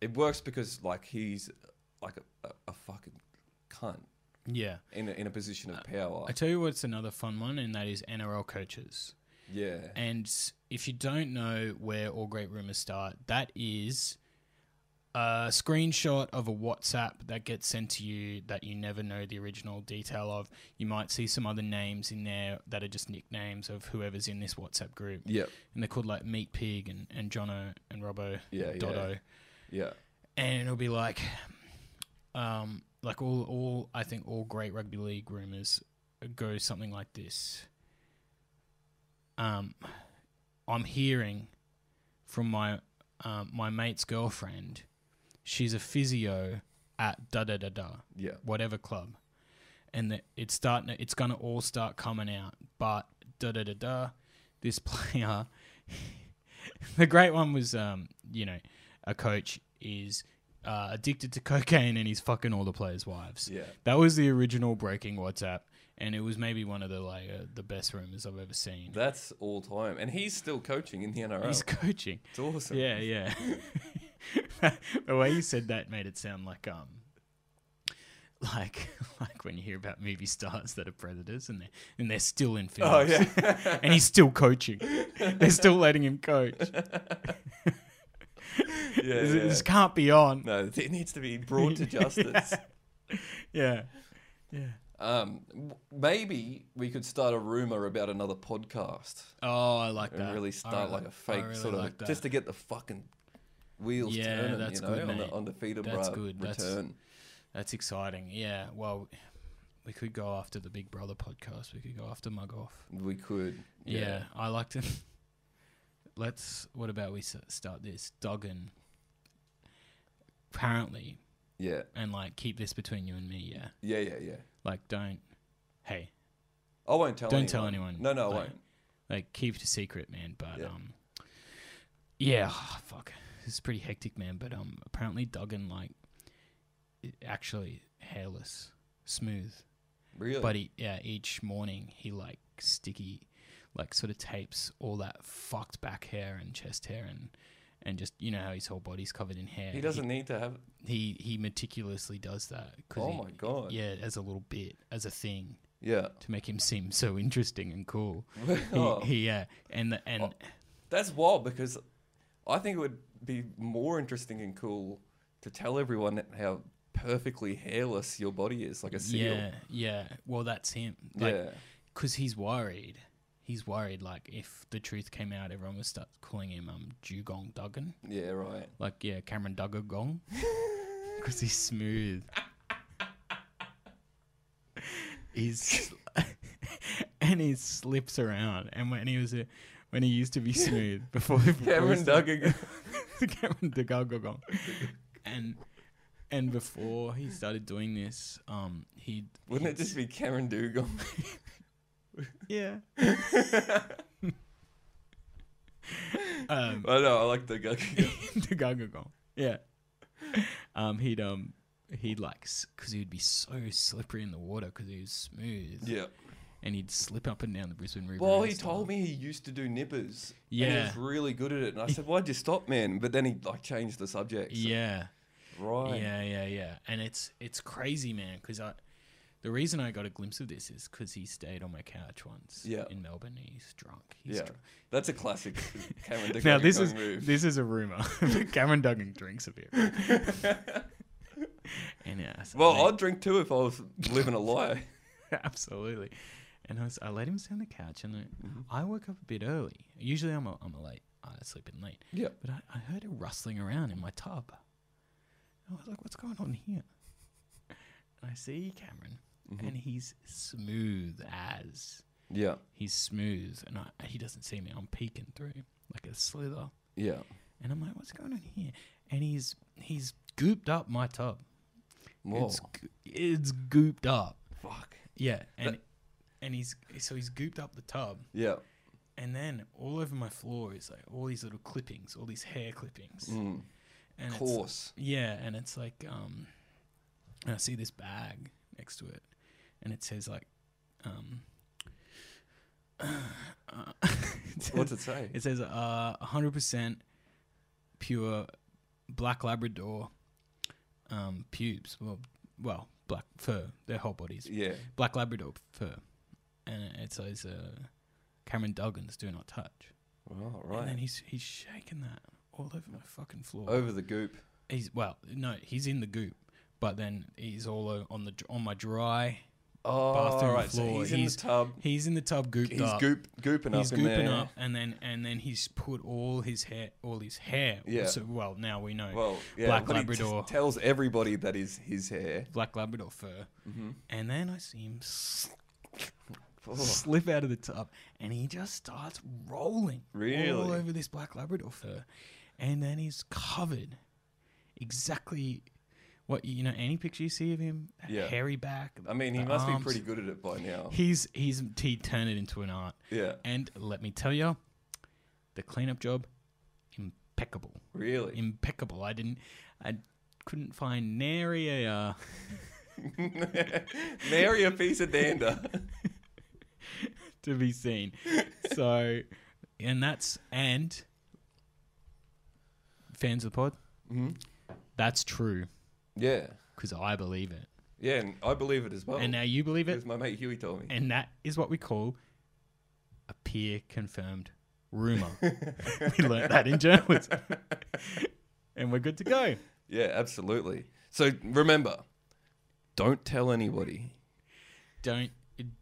[SPEAKER 1] it works because like he's like a, a, a fucking cunt
[SPEAKER 2] yeah.
[SPEAKER 1] in a, in a position of power.
[SPEAKER 2] I tell you what's another fun one, and that is NRL coaches.
[SPEAKER 1] yeah,
[SPEAKER 2] And if you don't know where all great rumors start, that is a screenshot of a WhatsApp that gets sent to you that you never know the original detail of. You might see some other names in there that are just nicknames of whoever's in this WhatsApp group.
[SPEAKER 1] yeah,
[SPEAKER 2] And they're called like Meat Pig and, and Jono and Robbo
[SPEAKER 1] Yeah, yeah.
[SPEAKER 2] and Dodo.
[SPEAKER 1] yeah,
[SPEAKER 2] And it'll be like um like all all I think all great rugby league rumors go something like this. Um I'm hearing uh, from my um, my mate's girlfriend, she's a physio at da da da da,
[SPEAKER 1] Yeah.
[SPEAKER 2] whatever club, and that it's starting. It's gonna all start coming out. But da da da da, this player, the great one was um, you know, a coach is uh, addicted to cocaine and he's fucking all the players' wives.
[SPEAKER 1] Yeah.
[SPEAKER 2] That was the original breaking WhatsApp, and it was maybe one of the like uh, the best rumors I've ever seen.
[SPEAKER 1] That's all time. And he's still coaching in the NRL.
[SPEAKER 2] He's coaching.
[SPEAKER 1] it's awesome.
[SPEAKER 2] Yeah, yeah. the way you said that made it sound like um like like when you hear about movie stars that are predators and they're and they're still in films.
[SPEAKER 1] Oh, yeah.
[SPEAKER 2] and he's still coaching. They're still letting him coach.
[SPEAKER 1] yeah,
[SPEAKER 2] This,
[SPEAKER 1] yeah.
[SPEAKER 2] this can't be on.
[SPEAKER 1] No, it needs to be brought to justice.
[SPEAKER 2] Yeah.
[SPEAKER 1] Um, w- maybe we could start a rumor about another podcast
[SPEAKER 2] Oh, I like
[SPEAKER 1] and
[SPEAKER 2] that.
[SPEAKER 1] really
[SPEAKER 2] I
[SPEAKER 1] start
[SPEAKER 2] re-
[SPEAKER 1] like a
[SPEAKER 2] I
[SPEAKER 1] fake
[SPEAKER 2] really
[SPEAKER 1] sort of
[SPEAKER 2] like that.
[SPEAKER 1] just to get the fucking wheels
[SPEAKER 2] Yeah,
[SPEAKER 1] turning.
[SPEAKER 2] that's
[SPEAKER 1] you know,
[SPEAKER 2] good,
[SPEAKER 1] on
[SPEAKER 2] mate.
[SPEAKER 1] the on the feeder
[SPEAKER 2] That's
[SPEAKER 1] bra
[SPEAKER 2] good, that's-
[SPEAKER 1] return.
[SPEAKER 2] That's exciting. Yeah. Well, we could go after the Big Brother podcast. We could go after Mug Off.
[SPEAKER 1] We could.
[SPEAKER 2] Yeah, I liked it. Let's. What about we s- start this Duggan? Apparently,
[SPEAKER 1] Yeah.
[SPEAKER 2] and like keep this between you and me. Yeah,
[SPEAKER 1] Yeah. Yeah. Yeah.
[SPEAKER 2] like don't. Hey,
[SPEAKER 1] I won't tell.
[SPEAKER 2] Don't
[SPEAKER 1] anyone.
[SPEAKER 2] tell anyone.
[SPEAKER 1] No, no, I
[SPEAKER 2] Like,
[SPEAKER 1] won't.
[SPEAKER 2] like keep it a secret, man. But
[SPEAKER 1] Yeah.
[SPEAKER 2] um, yeah, fuck, it's pretty hectic, man. But um, apparently Duggan like i- actually hairless, smooth.
[SPEAKER 1] Really?
[SPEAKER 2] But he, yeah, each morning he like sticky, like sort of tapes all that fucked back hair and chest hair and and just you know how his whole body's covered in hair.
[SPEAKER 1] he doesn't need to have.
[SPEAKER 2] He he, meticulously does that. 'cause
[SPEAKER 1] Oh
[SPEAKER 2] he-
[SPEAKER 1] my god.
[SPEAKER 2] Yeah, as a little bit, as a thing
[SPEAKER 1] Yeah.
[SPEAKER 2] to make him seem so interesting and cool.
[SPEAKER 1] Oh,
[SPEAKER 2] He, he yeah, and the, and
[SPEAKER 1] Oh. that's wild because I think it would be more interesting and cool to tell everyone how perfectly hairless your body is, like a seal.
[SPEAKER 2] yeah yeah. Well, that's him. Like,
[SPEAKER 1] Yeah.
[SPEAKER 2] because he's worried. He's worried, like if the truth came out, everyone would start calling him um Dugong Duggan.
[SPEAKER 1] Yeah. Right.
[SPEAKER 2] Like, yeah, Cameron Duggar Gong. Because he's smooth. he's. and he slips around. And when he was a. When he used to be smooth before before he
[SPEAKER 1] Cameron
[SPEAKER 2] started-
[SPEAKER 1] Duggan.
[SPEAKER 2] Cameron Duggar Gong. And. And before he started doing this, um, he
[SPEAKER 1] Wouldn't it just be Cameron Duggan?
[SPEAKER 2] yeah. um,
[SPEAKER 1] Oh no, I like the guy.
[SPEAKER 2] the Gaga Gong. Yeah. Um, he'd um, he'd like, s- cause he would be so slippery in the water, cause he was smooth,
[SPEAKER 1] yeah.
[SPEAKER 2] and he'd slip up and down the Brisbane River.
[SPEAKER 1] Well,
[SPEAKER 2] and
[SPEAKER 1] he
[SPEAKER 2] stuff.
[SPEAKER 1] told me he used to do nippers. And he
[SPEAKER 2] Yeah.
[SPEAKER 1] was really good at it. And I said, "Why'd you stop, man?" But then he like changed the subject. so-
[SPEAKER 2] Yeah,
[SPEAKER 1] Right.
[SPEAKER 2] yeah, yeah, yeah, and it's it's crazy, man, cause I. The reason I got a glimpse of this is because he stayed on my couch once
[SPEAKER 1] Yeah.
[SPEAKER 2] in Melbourne. and He's drunk. He's
[SPEAKER 1] Yeah.
[SPEAKER 2] dr-
[SPEAKER 1] That's a classic Cameron Duggan
[SPEAKER 2] Now this is
[SPEAKER 1] move.
[SPEAKER 2] this is a rumor. Cameron Duggan drinks a bit. and yeah, so
[SPEAKER 1] Well,
[SPEAKER 2] I-
[SPEAKER 1] I'd drink too if I was living a lie.
[SPEAKER 2] absolutely. And I was, I let him sit on the couch, and I,
[SPEAKER 1] Mm-hmm.
[SPEAKER 2] I woke up a bit early. Usually I'm a, I'm a late, I sleep in late.
[SPEAKER 1] Yeah.
[SPEAKER 2] But I, I heard it rustling around in my tub. I was like, what's going on here? And I see Cameron,
[SPEAKER 1] Mm-hmm.
[SPEAKER 2] and he's smooth as
[SPEAKER 1] Yeah.
[SPEAKER 2] he's smooth, and I, he doesn't see me. I'm peeking through like a slither.
[SPEAKER 1] Yeah.
[SPEAKER 2] And I'm like, what's going on here? And he's he's gooped up my tub.
[SPEAKER 1] Whoa.
[SPEAKER 2] It's go- it's gooped up.
[SPEAKER 1] Fuck.
[SPEAKER 2] Yeah, and and he's so he's gooped up the tub,
[SPEAKER 1] Yeah.
[SPEAKER 2] and then all over my floor is like all these little clippings, all these hair clippings,
[SPEAKER 1] Mm.
[SPEAKER 2] and it's,
[SPEAKER 1] Course.
[SPEAKER 2] yeah, and it's like um, and I see this bag next to it, and it says like um, uh, it says-
[SPEAKER 1] What's it say?
[SPEAKER 2] it says uh 100% pure black labrador um pubes. Well, well, black fur. Their whole bodies.
[SPEAKER 1] Yeah.
[SPEAKER 2] Black labrador fur. And it says uh Cameron Duggan's do not touch.
[SPEAKER 1] Well,
[SPEAKER 2] And then
[SPEAKER 1] right.
[SPEAKER 2] he's he's shaking that all over my fucking floor.
[SPEAKER 1] Over the goop.
[SPEAKER 2] He's well, no, he's in the goop, but then he's all o- on the dr- on my dry.
[SPEAKER 1] Oh,
[SPEAKER 2] Bathroom
[SPEAKER 1] right. So
[SPEAKER 2] floor.
[SPEAKER 1] he's, in the
[SPEAKER 2] He's-
[SPEAKER 1] tub.
[SPEAKER 2] He's in the tub gooped
[SPEAKER 1] He's
[SPEAKER 2] up.
[SPEAKER 1] goop, gooping
[SPEAKER 2] he's
[SPEAKER 1] up in
[SPEAKER 2] gooping
[SPEAKER 1] there.
[SPEAKER 2] up, and then and then he's put all his hair, all his hair.
[SPEAKER 1] Yeah.
[SPEAKER 2] So, well, now we know
[SPEAKER 1] Well, yeah,
[SPEAKER 2] Black
[SPEAKER 1] but he t-
[SPEAKER 2] Labrador.
[SPEAKER 1] tells everybody that is his hair.
[SPEAKER 2] black Labrador fur. And then I see him s-
[SPEAKER 1] Mm-hmm. Oh,
[SPEAKER 2] slip out of the tub, and he just starts rolling all
[SPEAKER 1] Really?
[SPEAKER 2] over this black Labrador fur, and then he's covered exactly What you know, any picture you see of him,
[SPEAKER 1] Yeah.
[SPEAKER 2] hairy back.
[SPEAKER 1] I mean, he
[SPEAKER 2] the
[SPEAKER 1] must be
[SPEAKER 2] arms.
[SPEAKER 1] pretty good at it by now.
[SPEAKER 2] He's he's he turned it into an art,
[SPEAKER 1] Yeah,
[SPEAKER 2] and let me tell you, the cleanup job, impeccable,
[SPEAKER 1] really.
[SPEAKER 2] impeccable. I didn't, I couldn't find nary a. Uh,
[SPEAKER 1] Marry a piece of dander.
[SPEAKER 2] to be seen. so, and that's and fans of the pod.
[SPEAKER 1] Mm-hmm.
[SPEAKER 2] That's true
[SPEAKER 1] Yeah,
[SPEAKER 2] because I believe it,
[SPEAKER 1] yeah, and I believe it as well.
[SPEAKER 2] and now you believe it,
[SPEAKER 1] because my mate Huey told me.
[SPEAKER 2] and that is what we call a peer confirmed rumor. we learned that in journalism, and we're good to go.
[SPEAKER 1] Yeah, absolutely. So remember, don't tell anybody,
[SPEAKER 2] Don't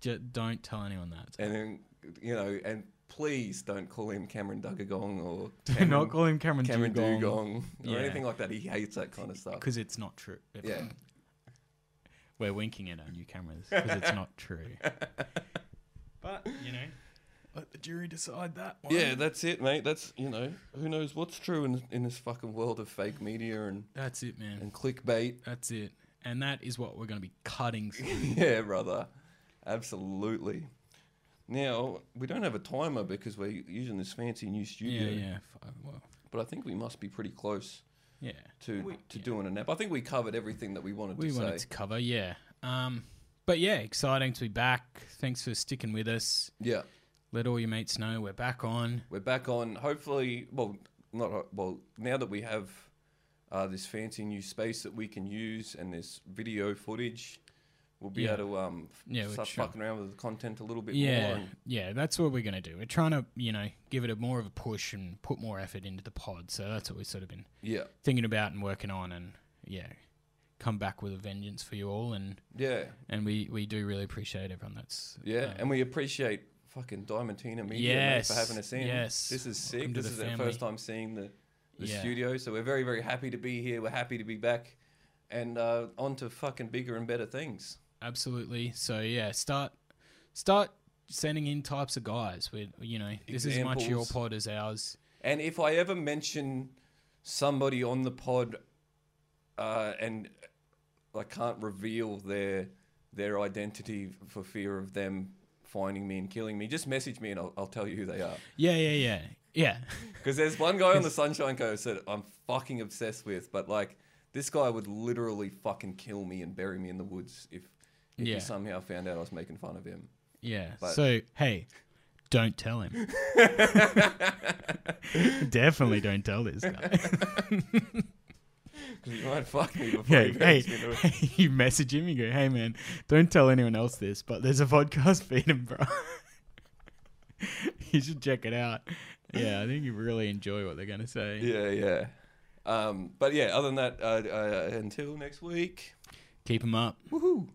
[SPEAKER 2] j- don't tell anyone that.
[SPEAKER 1] and then you know, and please don't call him Cameron Duggagong or
[SPEAKER 2] Do
[SPEAKER 1] Cameron,
[SPEAKER 2] not call him Cameron,
[SPEAKER 1] Cameron Dugong, or
[SPEAKER 2] Yeah.
[SPEAKER 1] anything like that. He hates that kind of stuff.
[SPEAKER 2] because it's not true.
[SPEAKER 1] Yeah,
[SPEAKER 2] We're winking at our new cameras because it's not true. But you know, let the jury decide that one.
[SPEAKER 1] yeah, that's it, mate. That's you know, who knows what's true in in this fucking world of fake media and
[SPEAKER 2] that's it, man.
[SPEAKER 1] and clickbait.
[SPEAKER 2] That's it, and that is what we're going to be cutting. through.
[SPEAKER 1] yeah, brother. Absolutely. Now, we don't have a timer because we're using this fancy new
[SPEAKER 2] yeah,
[SPEAKER 1] studio,
[SPEAKER 2] yeah. F- Well,
[SPEAKER 1] but I think we must be pretty close
[SPEAKER 2] yeah.
[SPEAKER 1] to,
[SPEAKER 2] We-
[SPEAKER 1] to
[SPEAKER 2] yeah.
[SPEAKER 1] doing a nap. I think we covered everything that we wanted
[SPEAKER 2] We
[SPEAKER 1] to
[SPEAKER 2] wanted
[SPEAKER 1] say.
[SPEAKER 2] to cover, yeah. Um, but yeah, exciting to be back. Thanks for sticking with us.
[SPEAKER 1] Yeah,
[SPEAKER 2] Let all your mates know we're back on.
[SPEAKER 1] we're back on. Hopefully, well, not ho- well. Now that we have uh, this fancy new space that we can use and this video footage, we'll be
[SPEAKER 2] Yeah.
[SPEAKER 1] able to um, f-
[SPEAKER 2] Yeah, we're
[SPEAKER 1] start
[SPEAKER 2] sure.
[SPEAKER 1] fucking around with the content a little bit more.
[SPEAKER 2] Yeah,
[SPEAKER 1] and-
[SPEAKER 2] yeah, that's what we're gonna do. We're trying to, you know, give it a more of a push and put more effort into the pod. So that's what we've sort of been
[SPEAKER 1] yeah,
[SPEAKER 2] thinking about and working on and yeah come back with a vengeance for you all and
[SPEAKER 1] yeah,
[SPEAKER 2] and we we do really appreciate everyone that's
[SPEAKER 1] yeah.
[SPEAKER 2] um,
[SPEAKER 1] and we appreciate fucking Diamantina Media mate,
[SPEAKER 2] Yes,
[SPEAKER 1] for having us in.
[SPEAKER 2] yes.
[SPEAKER 1] This is sick.
[SPEAKER 2] Welcome to
[SPEAKER 1] This is
[SPEAKER 2] the
[SPEAKER 1] our
[SPEAKER 2] family.
[SPEAKER 1] first time seeing the, the
[SPEAKER 2] Yeah.
[SPEAKER 1] studio, so we're very very happy to be here. We're happy to be back. And uh, on to fucking bigger and better things.
[SPEAKER 2] absolutely so yeah start start sending in types of guys with you know this is as much your
[SPEAKER 1] Examples.
[SPEAKER 2] pod as ours
[SPEAKER 1] And if I ever mention somebody on the pod uh, and I can't reveal their their identity for fear of them finding me and killing me, just message me and I'll, I'll tell you who they are.
[SPEAKER 2] yeah yeah yeah yeah
[SPEAKER 1] Because there's one guy on the Sunshine Coast that I'm fucking obsessed with, but like this guy would literally fucking kill me and bury me in the woods if, if
[SPEAKER 2] Yeah.
[SPEAKER 1] he somehow found out I was making fun of him.
[SPEAKER 2] yeah
[SPEAKER 1] But-
[SPEAKER 2] so hey don't tell him definitely don't tell this guy
[SPEAKER 1] Because he might fuck me before
[SPEAKER 2] yeah
[SPEAKER 1] he buries me in the woods.
[SPEAKER 2] hey you message him you go hey man don't tell anyone else this but there's a podcast feed him bro you should check it out yeah i think you really enjoy what they're gonna say
[SPEAKER 1] Yeah, yeah. Um, but yeah, other than that, uh, uh, until next week.
[SPEAKER 2] keep them up
[SPEAKER 1] Woohoo!